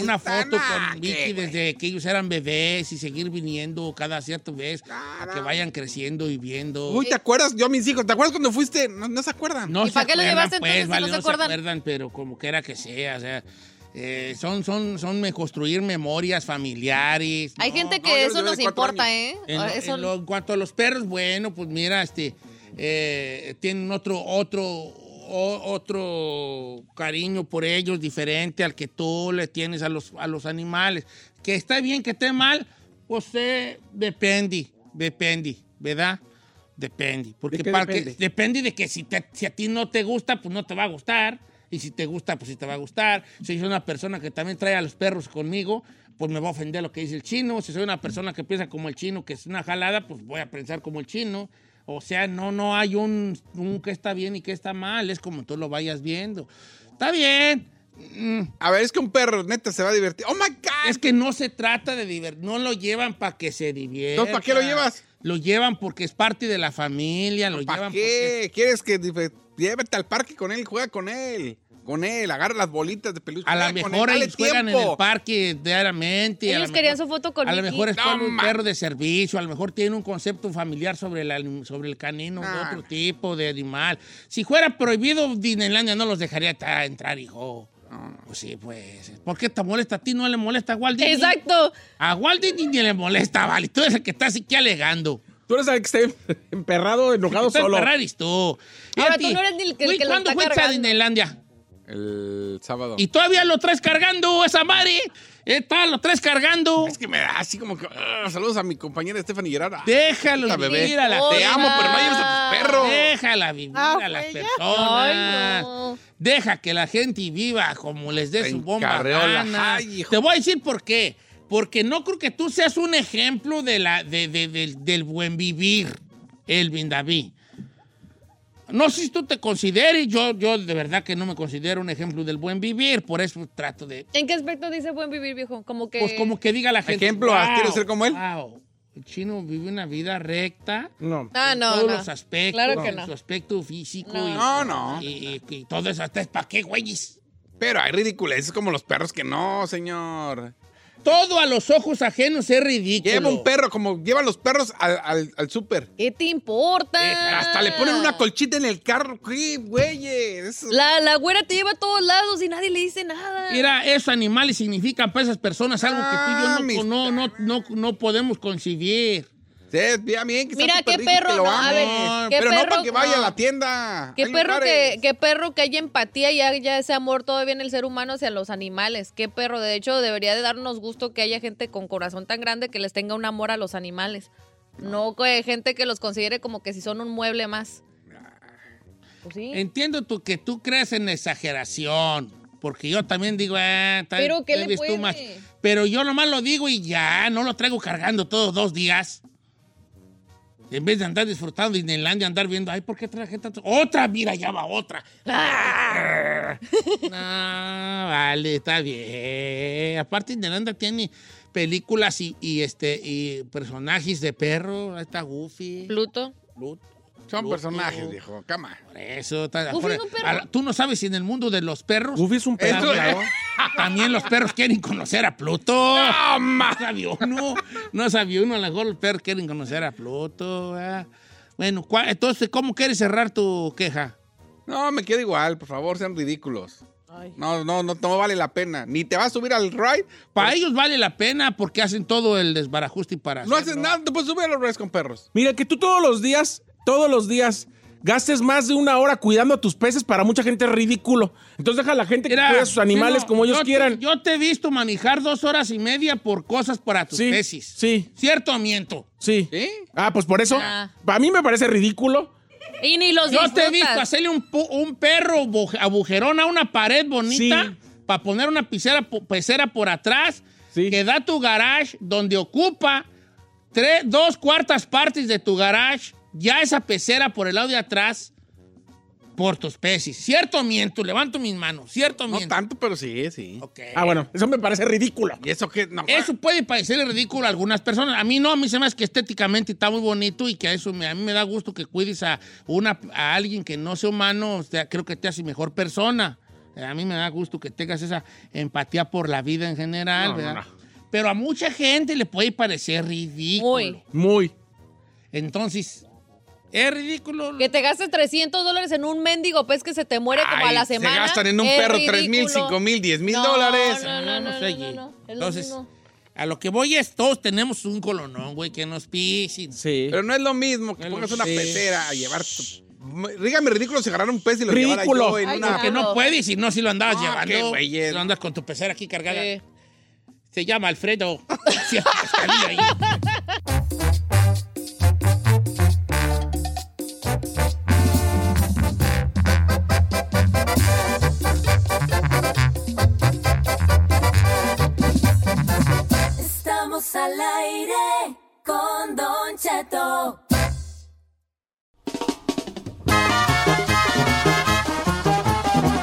[SPEAKER 2] una foto con Vicky desde que ellos eran bebés y seguir viniendo cada cierta vez a que vayan creciendo y viendo.
[SPEAKER 5] Uy, ¿te acuerdas? Yo a mis hijos, ¿te acuerdas cuando fuiste? No, no se acuerdan.
[SPEAKER 2] No se acuerdan, pues, vale, no se acuerdan, pero como quiera que sea, o sea, eh, son, son, son me- construir memorias familiares.
[SPEAKER 4] Hay
[SPEAKER 2] No,
[SPEAKER 4] gente
[SPEAKER 2] no,
[SPEAKER 4] que
[SPEAKER 2] yo
[SPEAKER 4] eso
[SPEAKER 2] les doy
[SPEAKER 4] nos
[SPEAKER 2] cuatro
[SPEAKER 4] importa,
[SPEAKER 2] años.
[SPEAKER 4] ¿eh?
[SPEAKER 2] En, lo-
[SPEAKER 4] Eso-
[SPEAKER 2] en lo- en cuanto a los perros, bueno, pues mira, este, eh, tienen otro, otro, o- otro cariño por ellos diferente al que tú le tienes a los, a los animales. Que está bien, que esté mal, pues eh, depende, depende, ¿verdad? Depende. Porque
[SPEAKER 3] ¿De qué
[SPEAKER 2] para que-
[SPEAKER 3] depende?
[SPEAKER 2] depende? de que si, te- si a ti no te gusta, pues no te va a gustar. Y si te gusta, pues sí te va a gustar. Si soy una persona que también trae a los perros conmigo, pues me va a ofender lo que dice el chino. Si soy una persona que piensa como el chino, que es una jalada, pues voy a pensar como el chino. O sea, no, no hay un, un que está bien y que está mal. Es como tú lo vayas viendo. Está bien.
[SPEAKER 5] A ver, es que un perro, neta, se va a divertir. ¡Oh, my God!
[SPEAKER 2] Es que no se trata de divertir. No lo llevan para que se divierta.
[SPEAKER 5] Entonces, ¿para qué lo llevas?
[SPEAKER 2] Lo llevan porque es parte de la familia. Lo
[SPEAKER 5] ¿Para
[SPEAKER 2] llevan
[SPEAKER 5] qué? ¿Quieres que dife- llévete al parque con él? Juega con él. Con él, agarra las bolitas de peluche.
[SPEAKER 2] A
[SPEAKER 5] juega
[SPEAKER 2] lo
[SPEAKER 5] con él,
[SPEAKER 2] mejor
[SPEAKER 5] dale
[SPEAKER 2] ellos juegan en
[SPEAKER 5] tiempo.
[SPEAKER 2] el parque diariamente. a
[SPEAKER 4] Ellos
[SPEAKER 2] lo
[SPEAKER 4] querían
[SPEAKER 2] mejor-
[SPEAKER 4] su foto con
[SPEAKER 2] A lo
[SPEAKER 4] Mickey.
[SPEAKER 2] mejor es
[SPEAKER 4] No,
[SPEAKER 2] un
[SPEAKER 4] ma-
[SPEAKER 2] perro de servicio, a lo mejor tiene un concepto familiar sobre, el anim- sobre el canino, de otro tipo de animal. Si fuera prohibido Disneylandia, no los dejaría ta- entrar, hijo. Pues sí, pues. ¿Por qué te molesta a ti? No le molesta a Walt Disney.
[SPEAKER 4] Exacto.
[SPEAKER 2] A Walt Disney ni le molesta, vale. Tú eres el que estás aquí alegando. Tú eres el que está emperrado, enojado tú.
[SPEAKER 3] solo.
[SPEAKER 4] Ahora,
[SPEAKER 2] Fíjate,
[SPEAKER 4] tú no eres ni el que- el
[SPEAKER 2] güey,
[SPEAKER 4] que lo
[SPEAKER 2] ¿Cuándo
[SPEAKER 4] está
[SPEAKER 2] fuiste a
[SPEAKER 4] cargando?
[SPEAKER 2] Disneylandia?
[SPEAKER 5] El sábado.
[SPEAKER 2] Y todavía lo traes cargando, esa madre. Está, lo traes cargando.
[SPEAKER 5] Es que me da así como que. ah, saludos a mi compañera Stephanie Gerard. Ah,
[SPEAKER 2] Déjalo
[SPEAKER 5] Esta bebé.
[SPEAKER 2] vivir a la
[SPEAKER 5] Te amo, pero no lleves a tus perros.
[SPEAKER 2] Déjala vivir a las personas.
[SPEAKER 5] Ay,
[SPEAKER 2] Deja que la gente viva como les dé su bomba
[SPEAKER 5] encarreola.
[SPEAKER 2] gana. Te voy a decir por qué. Porque no creo que tú seas un ejemplo de la, de- de- del- del buen vivir, Elvin David. No sé si tú te consideres, yo, yo de verdad que no me considero un ejemplo del buen vivir, por eso trato de
[SPEAKER 4] ¿En qué aspecto dice buen vivir, viejo? Como que.
[SPEAKER 2] pues como que diga la gente.
[SPEAKER 4] Ejemplo, ah, ¿quieres ser
[SPEAKER 2] como él? El chino vive una vida recta.
[SPEAKER 3] No.
[SPEAKER 4] Ah,
[SPEAKER 2] en
[SPEAKER 4] no,
[SPEAKER 2] Todos
[SPEAKER 4] no.
[SPEAKER 2] los aspectos.
[SPEAKER 4] Claro que
[SPEAKER 2] en
[SPEAKER 4] no.
[SPEAKER 2] Su aspecto físico.
[SPEAKER 4] No.
[SPEAKER 2] y,
[SPEAKER 4] No,
[SPEAKER 5] no.
[SPEAKER 2] Y, y- y todo eso. ¿Hasta para qué, güeyes?
[SPEAKER 5] Pero hay ridiculeces como los perros que no, señor.
[SPEAKER 2] Todo a los ojos ajenos es ridículo.
[SPEAKER 5] Lleva un perro, como lleva los perros al, al, al súper.
[SPEAKER 4] ¿Qué te importa?
[SPEAKER 5] Eh, Hasta le ponen
[SPEAKER 4] Ah.
[SPEAKER 5] una colchita en el carro. ¡Qué güeyes!
[SPEAKER 4] La, la güera te lleva a todos lados y nadie le dice nada.
[SPEAKER 2] Mira, esos animales significan para pues, esas personas algo que
[SPEAKER 5] Ah,
[SPEAKER 2] tú y yo no, no, no, no, no podemos concebir.
[SPEAKER 5] bien,
[SPEAKER 4] Mira, qué perro, no, a ver, qué
[SPEAKER 5] Pero no
[SPEAKER 4] perro-
[SPEAKER 5] para que vaya a
[SPEAKER 4] no.
[SPEAKER 5] la tienda.
[SPEAKER 4] Qué
[SPEAKER 5] Hay
[SPEAKER 4] perro
[SPEAKER 5] lugares.
[SPEAKER 4] que, qué perro que haya empatía y haya ese amor todavía en el ser humano hacia los animales. Qué perro, de hecho, debería de darnos gusto que haya gente con corazón tan grande que les tenga un amor a los animales. No que gente que los considere como que si son un mueble más. Pues sí.
[SPEAKER 2] Entiendo tú que tú crees en exageración, porque yo también digo, eh, tal-
[SPEAKER 4] Pero ¿qué
[SPEAKER 2] tal
[SPEAKER 4] le
[SPEAKER 2] vez
[SPEAKER 4] puede?
[SPEAKER 2] Pero yo nomás lo digo y ya, no lo traigo cargando todos dos días. En vez de andar disfrutando Disneylandia, andar viendo, ay, ¿por qué traje tanto? Otra, mira, ya va otra. ¡Ah! no, vale, está bien. Aparte, Disneylandia tiene películas y, y, este, y personajes de perro. Ahí está Goofy.
[SPEAKER 4] Pluto.
[SPEAKER 5] Son
[SPEAKER 2] Pluto.
[SPEAKER 5] personajes, viejo. Cama.
[SPEAKER 2] Por eso. está-
[SPEAKER 5] Goofy
[SPEAKER 2] por- e-
[SPEAKER 5] es un perro.
[SPEAKER 2] a la- Tú no sabes si en el mundo de los perros.
[SPEAKER 3] Goofy es un
[SPEAKER 5] perro, claro.
[SPEAKER 2] También los perros quieren conocer a Pluto. No, sabía uno. No sabía uno. A lo mejor los perros quieren conocer a Pluto. ¿verdad? Bueno, ¿cuál- entonces, ¿cómo quieres cerrar tu queja?
[SPEAKER 5] No, me queda igual, por favor, sean ridículos. No, no, no, no vale la pena. Ni te vas a subir al ride.
[SPEAKER 3] Pues-
[SPEAKER 2] Para ellos vale la pena porque hacen todo el desbarajuste y para.
[SPEAKER 5] No haces nada, te puedes subir a los rides con perros.
[SPEAKER 3] Mira, que tú todos los días, todos los días, gastes más de una hora cuidando a tus peces, para mucha gente es ridículo. Entonces deja a la gente que cuida a sus animales
[SPEAKER 2] Chino,
[SPEAKER 3] como ellos
[SPEAKER 2] yo te-
[SPEAKER 3] quieran.
[SPEAKER 2] yo te he visto manejar dos horas y media por cosas para tus
[SPEAKER 3] Sí,
[SPEAKER 2] tesis.
[SPEAKER 3] Sí.
[SPEAKER 2] ¿Cierto o miento?
[SPEAKER 3] Sí. Ah, pues por eso,
[SPEAKER 4] Ah.
[SPEAKER 3] a mí me parece ridículo.
[SPEAKER 4] Y ni los
[SPEAKER 2] Yo te he
[SPEAKER 4] disfrutas.
[SPEAKER 2] visto hacerle un, pu- un perro bu- agujerón a una pared bonita para poner una pecera, po- pecera por atrás que da tu garage donde ocupa tres, dos cuartas partes de tu garage. Ya esa pecera por el lado de atrás por tus peces. ¿Cierto o miento? Levanto mis manos. ¿Cierto o miento?
[SPEAKER 5] No tanto, pero sí, sí.
[SPEAKER 3] Ah, bueno, eso me parece ridículo.
[SPEAKER 5] ¿Y eso qué? No,
[SPEAKER 2] Eso puede parecerle ridículo a algunas personas. A mí no, a mí se me hace que estéticamente está muy bonito y que a eso me, a mí me da gusto que cuides a, una, a alguien que no sea humano. O sea, creo que te hace mejor persona. Eh, A mí me da gusto que tengas esa empatía por la vida en general,
[SPEAKER 5] No, no,
[SPEAKER 2] ¿verdad?
[SPEAKER 5] no.
[SPEAKER 2] Pero a mucha gente le puede parecer ridículo.
[SPEAKER 4] Muy.
[SPEAKER 3] Muy.
[SPEAKER 2] Entonces, es ridículo.
[SPEAKER 4] Que te gastes 300 dólares en un mendigo pez que se te muere como a la semana.
[SPEAKER 5] Se gastan en un
[SPEAKER 4] es
[SPEAKER 5] perro 3 mil,
[SPEAKER 4] ridículo.
[SPEAKER 5] 5 mil, 10 mil
[SPEAKER 4] No,
[SPEAKER 5] dólares.
[SPEAKER 4] No, no, no,
[SPEAKER 2] no
[SPEAKER 4] no,
[SPEAKER 2] sé,
[SPEAKER 4] no,
[SPEAKER 2] Gui.
[SPEAKER 4] no, es lo
[SPEAKER 2] Entonces,
[SPEAKER 4] mismo.
[SPEAKER 2] a lo que voy es, todos tenemos un colonón, güey, que nos pisen.
[SPEAKER 3] Sí.
[SPEAKER 5] Pero no es lo mismo que
[SPEAKER 2] No
[SPEAKER 5] pongas
[SPEAKER 2] lo
[SPEAKER 5] una
[SPEAKER 2] sé.
[SPEAKER 5] petera a llevar. tu- Rígame ridículo si agarraron un pez y lo llevara
[SPEAKER 3] Ridículo.
[SPEAKER 5] yo en
[SPEAKER 4] Ay,
[SPEAKER 5] una.
[SPEAKER 4] no.
[SPEAKER 2] Que no puedes, si no, si lo andabas
[SPEAKER 5] Ah, qué
[SPEAKER 2] llevando.
[SPEAKER 5] güeyes.
[SPEAKER 2] Si lo andas con tu pecera aquí cargada.
[SPEAKER 4] Sí.
[SPEAKER 2] Se llama Alfredo. Sí, salí ahí.
[SPEAKER 7] Estamos al aire con Don Cheto.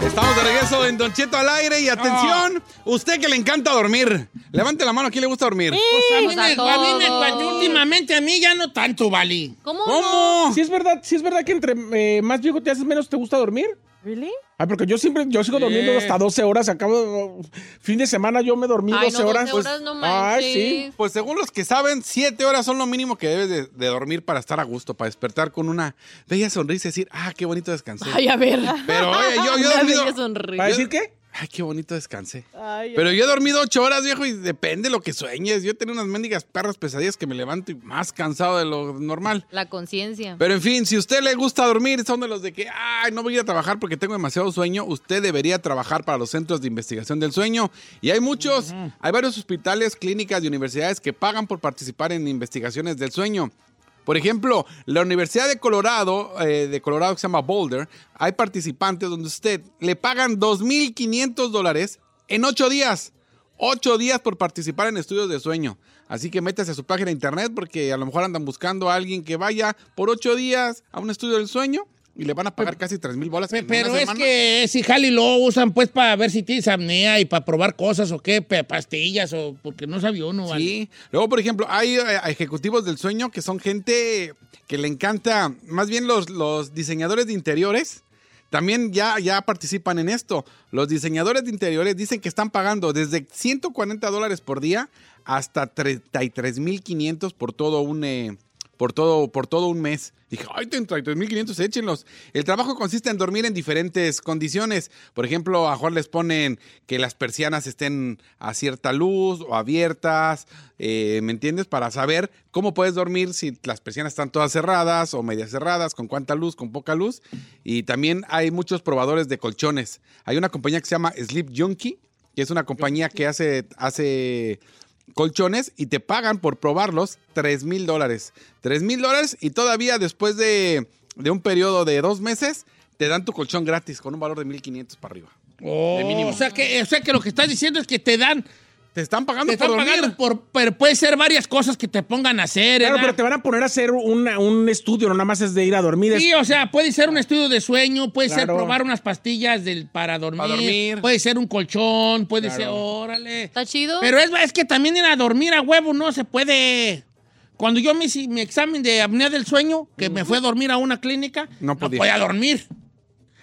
[SPEAKER 5] Estamos de regreso en Don Cheto al aire y atención, usted que le encanta dormir. Levante la mano, ¿a quién le gusta dormir?
[SPEAKER 2] Pues a mí
[SPEAKER 4] Pues a
[SPEAKER 2] me, a mí me-
[SPEAKER 4] todos.
[SPEAKER 2] últimamente a mí ya no tanto, Vali.
[SPEAKER 4] ¿Cómo?
[SPEAKER 5] ¿Cómo?
[SPEAKER 3] Si es verdad, si es verdad que entre eh, más viejo te haces menos te gusta dormir.
[SPEAKER 8] ¿Really?
[SPEAKER 3] Ay, porque yo siempre, yo sigo durmiendo hasta 12 horas. Acabo, fin de semana yo me dormí
[SPEAKER 4] Ay,
[SPEAKER 3] 12
[SPEAKER 4] no, 12
[SPEAKER 3] horas. pues,
[SPEAKER 4] horas no
[SPEAKER 3] Ay, sí.
[SPEAKER 4] manches.
[SPEAKER 5] Pues según los que saben, siete horas son lo mínimo que debes de, de dormir para estar a gusto, para despertar con una bella sonrisa y decir, ah, qué bonito descansé.
[SPEAKER 4] Ay, a ver.
[SPEAKER 5] Pero oye,
[SPEAKER 4] Una
[SPEAKER 5] yo, yo he
[SPEAKER 4] bella
[SPEAKER 5] dormido...
[SPEAKER 3] ¿Para
[SPEAKER 4] sonrisa.
[SPEAKER 3] decir qué?
[SPEAKER 5] Ay, qué bonito descansé.
[SPEAKER 8] Ay,
[SPEAKER 5] Pero yo he dormido ocho horas, viejo, y depende lo que sueñes. Yo tenía unas mendigas perras pesadillas que me levanto y más cansado de lo normal.
[SPEAKER 4] La conciencia.
[SPEAKER 5] Pero en fin, si a usted le gusta dormir, son de los de que, ay, no voy a ir a trabajar porque tengo demasiado sueño, usted debería trabajar para los centros de investigación del sueño. Y hay muchos, hay varios hospitales, clínicas y universidades que pagan por participar en investigaciones del sueño. Por ejemplo, la Universidad de Colorado, eh, de Colorado que se llama Boulder, hay participantes donde usted le pagan 2.500 dólares en ocho días. Ocho días por participar en estudios de sueño. Así que métase a su página de internet porque a lo mejor andan buscando a alguien que vaya por ocho días a un estudio del sueño y le van a pagar casi tres mil bolas.
[SPEAKER 2] Pe-
[SPEAKER 5] en una
[SPEAKER 2] Pero es
[SPEAKER 5] semana.
[SPEAKER 2] que si Jali lo usan pues para ver si tienes apnea y para probar cosas o qué, pe- pastillas o porque no sabía uno, Vali.
[SPEAKER 5] Sí. Luego, por ejemplo, hay eh, ejecutivos del sueño que son gente que le encanta, más bien los, los diseñadores de interiores. También ya, ya participan en esto. Los diseñadores de interiores dicen que están pagando desde 140 dólares por día hasta 33.500 por todo un... eh, por todo, por todo un mes. Dije, ay, 33.500, échenlos. El trabajo consiste en dormir en diferentes condiciones. Por ejemplo, a Juan les ponen que las persianas estén a cierta luz o abiertas, eh, ¿me entiendes? Para saber cómo puedes dormir si las persianas están todas cerradas o medias cerradas, con cuánta luz, con poca luz. Y también hay muchos probadores de colchones. Hay una compañía que se llama Sleep Junkie, que es una compañía que hace, hace colchones y te pagan por probarlos 3 mil dólares. 3 mil dólares y todavía después de, de un periodo de dos meses te dan tu colchón gratis con un valor de 1500 para arriba.
[SPEAKER 2] Oh,
[SPEAKER 5] De mínimo.
[SPEAKER 2] o, sea que, o sea que lo que estás diciendo es que te dan,
[SPEAKER 5] Te están pagando
[SPEAKER 2] te están
[SPEAKER 5] por dormir.
[SPEAKER 2] pagando por, pero puede ser varias cosas que te pongan a hacer,
[SPEAKER 3] Claro,
[SPEAKER 2] ¿verdad?
[SPEAKER 3] pero te van a poner a hacer una- un estudio, no nada más es de ir a dormir. es-
[SPEAKER 2] Sí, o sea, puede ser un estudio de sueño, puede ser
[SPEAKER 3] Claro.
[SPEAKER 2] probar unas pastillas del, para, dormir,
[SPEAKER 5] Para dormir.
[SPEAKER 2] puede ser un colchón, puede ser, órale.
[SPEAKER 4] ¿Está chido?
[SPEAKER 2] Pero es, es que también ir a dormir a huevo no se puede. Cuando yo me hice mi examen de apnea del sueño, que me fue a dormir a una clínica,
[SPEAKER 5] No podía.
[SPEAKER 2] dormir.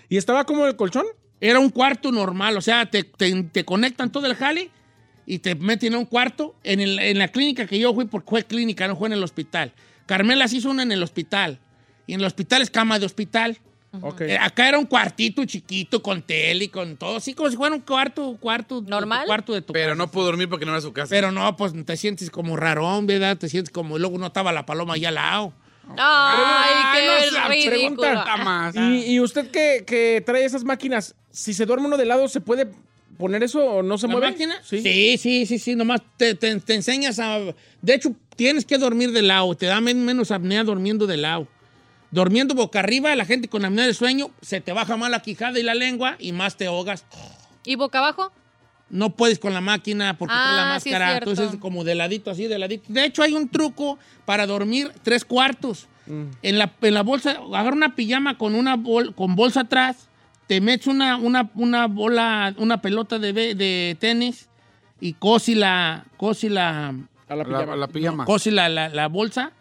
[SPEAKER 3] ¿Y estaba como el colchón?
[SPEAKER 2] Era un cuarto normal, o sea, te, te- te conectan todo el jale y te meten a un cuarto. En, el- en la clínica que yo fui, porque fue clínica, no fue en el hospital. Carmela se hizo una en el hospital. Y en el hospital es cama de hospital.
[SPEAKER 3] Ok.
[SPEAKER 2] Eh, acá era un cuartito chiquito con tele y con todo, así como si fuera un cuarto, cuarto
[SPEAKER 4] ¿Normal?
[SPEAKER 2] cuarto de tu
[SPEAKER 5] Pero
[SPEAKER 2] casa.
[SPEAKER 5] no puedo dormir porque no era su casa.
[SPEAKER 2] Pero no, pues te sientes como rarón, ¿verdad? Te sientes como, y luego no estaba la paloma allá al lado.
[SPEAKER 4] Ay,
[SPEAKER 5] no, la
[SPEAKER 4] qué ridículo.
[SPEAKER 5] Nada más.
[SPEAKER 3] Y, y usted que, que trae esas máquinas, si se duerme uno de lado, ¿se puede poner eso o no se
[SPEAKER 2] ¿La
[SPEAKER 3] mueve?
[SPEAKER 2] máquina?
[SPEAKER 3] Sí.
[SPEAKER 2] sí, sí, sí, sí, nomás te, te- te enseñas a... De hecho, tienes que dormir de lado, te da men- menos apnea durmiendo de lado. Durmiendo boca arriba, la gente con apnea de sueño, se te baja más la quijada y la lengua y más te ahogas.
[SPEAKER 4] ¿Y boca abajo?
[SPEAKER 2] no puedes con la máquina porque
[SPEAKER 4] Ah,
[SPEAKER 2] trae la
[SPEAKER 4] sí es
[SPEAKER 2] máscara.
[SPEAKER 4] cierto.
[SPEAKER 2] Entonces, como de ladito, así de ladito. De hecho, hay un truco para dormir tres cuartos. en la, en la bolsa, agarra una pijama con una bol- con bolsa atrás, te metes una, una, una bola, una pelota de, be- de tenis y cosi la, cosi la,
[SPEAKER 5] la pijama. la pijama.
[SPEAKER 2] cosi la, la- la bolsa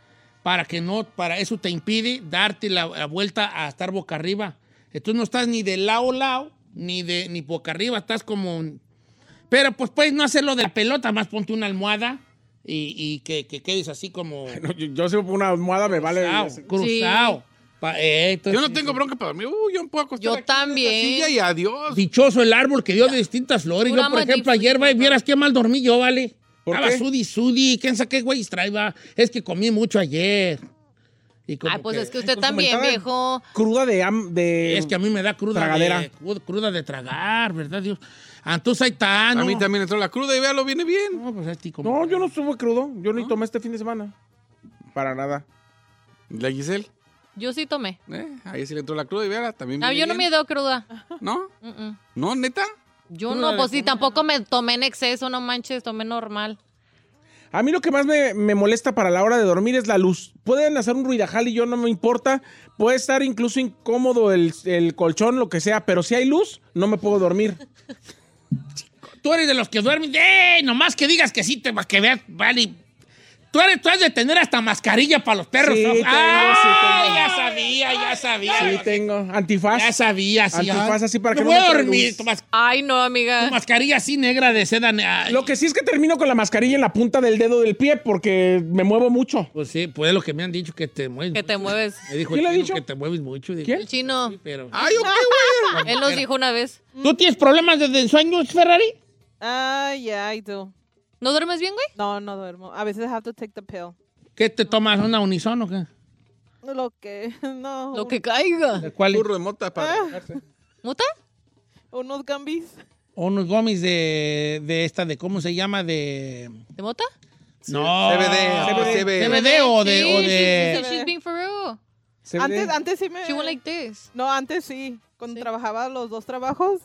[SPEAKER 2] para que no, para eso te impide darte la, la vuelta a estar boca arriba. Entonces no estás ni de lado a lado, ni de ni boca arriba, estás como... Pero pues puedes no hacerlo de la pelota, más ponte una almohada y, y que, que quedes así como
[SPEAKER 3] No, yo, yo si me pongo una almohada me vale.
[SPEAKER 2] cruzado. cruzado. Pa- eh, entonces-
[SPEAKER 5] Yo no tengo bronca para dormir. Uy, uh, yo me puedo acostar.
[SPEAKER 4] Yo
[SPEAKER 5] aquí en esta
[SPEAKER 4] también.
[SPEAKER 5] silla y adiós.
[SPEAKER 2] Dichoso el árbol que dio de distintas flores. Yo,
[SPEAKER 4] Pura
[SPEAKER 2] por ejemplo,
[SPEAKER 4] madifruta.
[SPEAKER 2] ayer, güey, vieras qué mal dormí yo, ¿vale?
[SPEAKER 3] ¿Por
[SPEAKER 2] Estaba
[SPEAKER 3] qué?
[SPEAKER 2] sudi, sudi. ¿Quién sabe qué güey traiba? Es que comí mucho ayer. Y como
[SPEAKER 4] Ay, pues es que usted
[SPEAKER 3] Pues
[SPEAKER 4] también,
[SPEAKER 3] comentada-
[SPEAKER 4] viejo.
[SPEAKER 3] Cruda de. am- de
[SPEAKER 2] Es que a mí me da cruda
[SPEAKER 3] Em, Tragadera.
[SPEAKER 2] de, crud- cruda de tragar, ¿verdad, Dios? Entonces ahí está, ¿no?
[SPEAKER 5] A mí también entró la cruda y véalo, viene bien.
[SPEAKER 2] No, pues a ti como-
[SPEAKER 3] No, yo no estuve crudo. Yo ni tomé este fin de semana. Para nada.
[SPEAKER 5] La Giselle.
[SPEAKER 4] Yo sí tomé.
[SPEAKER 5] eh, Ahí sí le entró la cruda y véala. También
[SPEAKER 4] No,
[SPEAKER 5] viene
[SPEAKER 4] yo no me
[SPEAKER 5] bien.
[SPEAKER 4] dio cruda.
[SPEAKER 5] ¿No?
[SPEAKER 4] Mm-mm.
[SPEAKER 5] ¿No, neta?
[SPEAKER 4] Yo
[SPEAKER 2] Cruda
[SPEAKER 4] no,
[SPEAKER 2] de
[SPEAKER 4] pues sí,
[SPEAKER 2] comer.
[SPEAKER 4] tampoco me tomé en exceso, no manches, tomé normal.
[SPEAKER 3] A mí lo que más me, Eh, me molesta para la hora de dormir es la luz. Pueden hacer un ruidajal y yo no me importa. Puede estar incluso incómodo el, el colchón, lo que sea, pero si hay luz, no me puedo dormir.
[SPEAKER 2] Tú eres de los que duermen. ¡Ey! Nomás que digas que sí, te que veas, vale. Tú eres, tú has de tener hasta mascarilla para los perros.
[SPEAKER 3] Sí,
[SPEAKER 2] ¿no?
[SPEAKER 3] tengo,
[SPEAKER 2] ¡Ah!
[SPEAKER 3] sí, tengo.
[SPEAKER 2] Ya sabía, ya sabía.
[SPEAKER 3] Sí, tengo antifaz.
[SPEAKER 2] Ya sabía, sí.
[SPEAKER 3] Antifaz
[SPEAKER 2] ay.
[SPEAKER 3] así para
[SPEAKER 2] me
[SPEAKER 3] que
[SPEAKER 2] voy
[SPEAKER 3] no me
[SPEAKER 2] a
[SPEAKER 3] entre
[SPEAKER 2] dormir.
[SPEAKER 3] luz.
[SPEAKER 2] tu mas-
[SPEAKER 4] Ay, no,
[SPEAKER 2] tu
[SPEAKER 4] amiga.
[SPEAKER 2] mascarilla así negra de seda. ne- ay.
[SPEAKER 3] Lo que sí es que termino con la mascarilla en la punta del dedo del pie porque me muevo mucho.
[SPEAKER 2] Pues sí, pues lo que me han dicho que te mueves.
[SPEAKER 4] Que te
[SPEAKER 2] mucho.
[SPEAKER 4] mueves.
[SPEAKER 2] Me dijo
[SPEAKER 3] ¿Quién
[SPEAKER 2] el
[SPEAKER 3] le ha
[SPEAKER 2] chino
[SPEAKER 3] dicho?
[SPEAKER 2] que te mueves mucho. Digo,
[SPEAKER 3] ¿Quién?
[SPEAKER 4] El chino.
[SPEAKER 2] Pero...
[SPEAKER 5] Ay, ok, güey.
[SPEAKER 4] Él nos dijo una vez.
[SPEAKER 2] ¿Tú tienes problemas desde sueños, Ferrari?
[SPEAKER 8] Ay, yeah, I do.
[SPEAKER 4] ¿No duermes bien, güey?
[SPEAKER 8] No, no duermo. A veces have to take the pill.
[SPEAKER 2] ¿Qué te tomas? ¿Una unison o qué?
[SPEAKER 8] Lo que, no.
[SPEAKER 4] Lo que caiga.
[SPEAKER 2] ¿De ¿Cuál?
[SPEAKER 5] Burro de mota para
[SPEAKER 3] Ah.
[SPEAKER 5] relajarse.
[SPEAKER 4] ¿Muta?
[SPEAKER 8] Unos gambis.
[SPEAKER 2] Unos gomis de, de esta, de cómo se llama, de...
[SPEAKER 4] ¿De mota?
[SPEAKER 2] No.
[SPEAKER 5] CBD,
[SPEAKER 2] CBD.
[SPEAKER 5] CBD.
[SPEAKER 2] o de...
[SPEAKER 4] Sí,
[SPEAKER 2] o
[SPEAKER 4] sí,
[SPEAKER 2] de...
[SPEAKER 4] sí, she's being for real.
[SPEAKER 3] Se ve-
[SPEAKER 8] Antes, antes sí me...
[SPEAKER 4] She went like this.
[SPEAKER 8] No, antes sí. Cuando
[SPEAKER 4] Sí.
[SPEAKER 8] trabajaba los dos trabajos.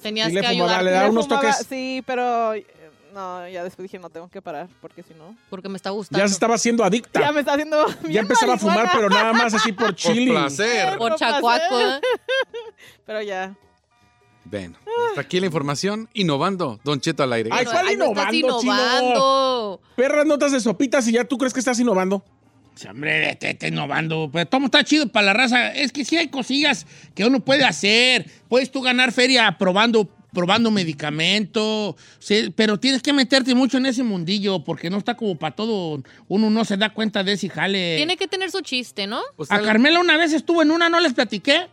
[SPEAKER 4] Tenías
[SPEAKER 3] Sí, le
[SPEAKER 4] que
[SPEAKER 3] fumaba, le
[SPEAKER 4] ayudar
[SPEAKER 3] da-
[SPEAKER 8] me
[SPEAKER 3] unos
[SPEAKER 8] fumaba-
[SPEAKER 3] toques.
[SPEAKER 8] Sí, pero... eh, No, ya después dije, no tengo que parar, porque si no...
[SPEAKER 4] porque me está gustando.
[SPEAKER 3] ya se estaba haciendo adicta.
[SPEAKER 8] Ya
[SPEAKER 3] Ya,
[SPEAKER 8] me está haciendo bien
[SPEAKER 3] empezaba a fumar,
[SPEAKER 8] marihuana.
[SPEAKER 3] pero nada más así por
[SPEAKER 5] Por
[SPEAKER 3] chile.
[SPEAKER 5] placer.
[SPEAKER 4] Por chacuaco. ¿eh?
[SPEAKER 8] Pero ya.
[SPEAKER 5] Bueno, hasta aquí la información. Innovando, Don Cheto al aire.
[SPEAKER 3] Ay,
[SPEAKER 5] Gracias.
[SPEAKER 3] ¿cuál
[SPEAKER 4] Ay, no estás
[SPEAKER 3] innovando, chino?
[SPEAKER 4] innovando.
[SPEAKER 3] Perras notas de sopitas y ya tú crees que estás innovando.
[SPEAKER 2] Sí, Hombre, te, te innovando. Pero todo está chido para la raza. Es que sí hay cosillas que uno puede hacer. Puedes tú ganar feria probando probando medicamento, Sí, pero tienes que meterte mucho en ese mundillo porque no está como para todo, uno no se da cuenta de ese jale.
[SPEAKER 4] Tiene que tener su chiste, ¿no?
[SPEAKER 5] O sea,
[SPEAKER 2] A Carmela una vez estuvo en una, no les platiqué.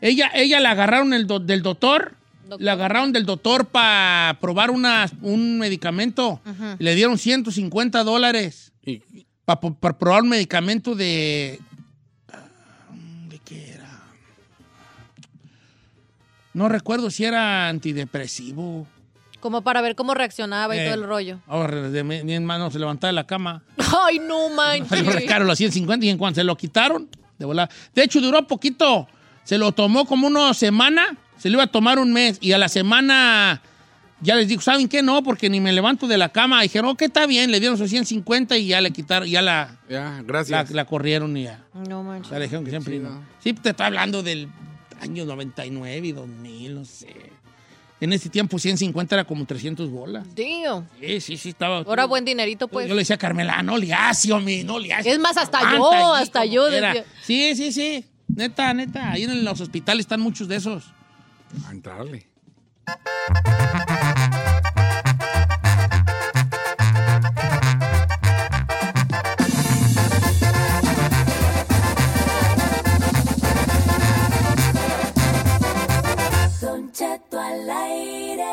[SPEAKER 2] Ella, ella la agarraron el do- del doctor,
[SPEAKER 4] Doctor.
[SPEAKER 2] la agarraron del doctor para probar una, un medicamento. Le dieron 150 dólares
[SPEAKER 5] y-
[SPEAKER 2] para probar un medicamento de. ¿De qué era? No recuerdo si era antidepresivo.
[SPEAKER 4] Como para ver cómo reaccionaba y
[SPEAKER 2] Eh.
[SPEAKER 4] todo el rollo.
[SPEAKER 2] Ahora, de mi mi hermano se levantaba de la cama.
[SPEAKER 4] Ay, no
[SPEAKER 2] Se lo
[SPEAKER 4] manches.
[SPEAKER 2] recaron los 150 y en cuanto se lo quitaron, de volada. De hecho, duró poquito. Se lo tomó como una semana. Se lo iba a tomar un mes. Y a la semana ya les digo, ¿saben qué? No, porque ni me levanto de la cama. Y dijeron, ok, está bien. Le dieron sus 150 y ya le quitaron, ya la,
[SPEAKER 5] Ya,
[SPEAKER 2] la,
[SPEAKER 5] gracias.
[SPEAKER 2] la corrieron y ya.
[SPEAKER 4] No manches.
[SPEAKER 2] Ya le dijeron que siempre
[SPEAKER 5] chido.
[SPEAKER 2] no. Sí, te estoy hablando del año 99 y 2000, no sé. En ese tiempo 150 era como 300 bolas.
[SPEAKER 4] Damn.
[SPEAKER 2] Sí, sí, sí, estaba.
[SPEAKER 4] Ahora buen dinerito, pues.
[SPEAKER 2] Yo le decía a Carmela, no le hace, homie, no le hace.
[SPEAKER 4] Es más, hasta
[SPEAKER 2] Aguanta
[SPEAKER 4] yo,
[SPEAKER 2] allí
[SPEAKER 4] hasta
[SPEAKER 2] como
[SPEAKER 4] yo
[SPEAKER 2] quiera.
[SPEAKER 4] decía.
[SPEAKER 2] Sí, sí, sí. Neta, neta. Ahí en los hospitales están muchos de esos.
[SPEAKER 5] A Ah, entrarle.
[SPEAKER 7] Don Cheto al aire.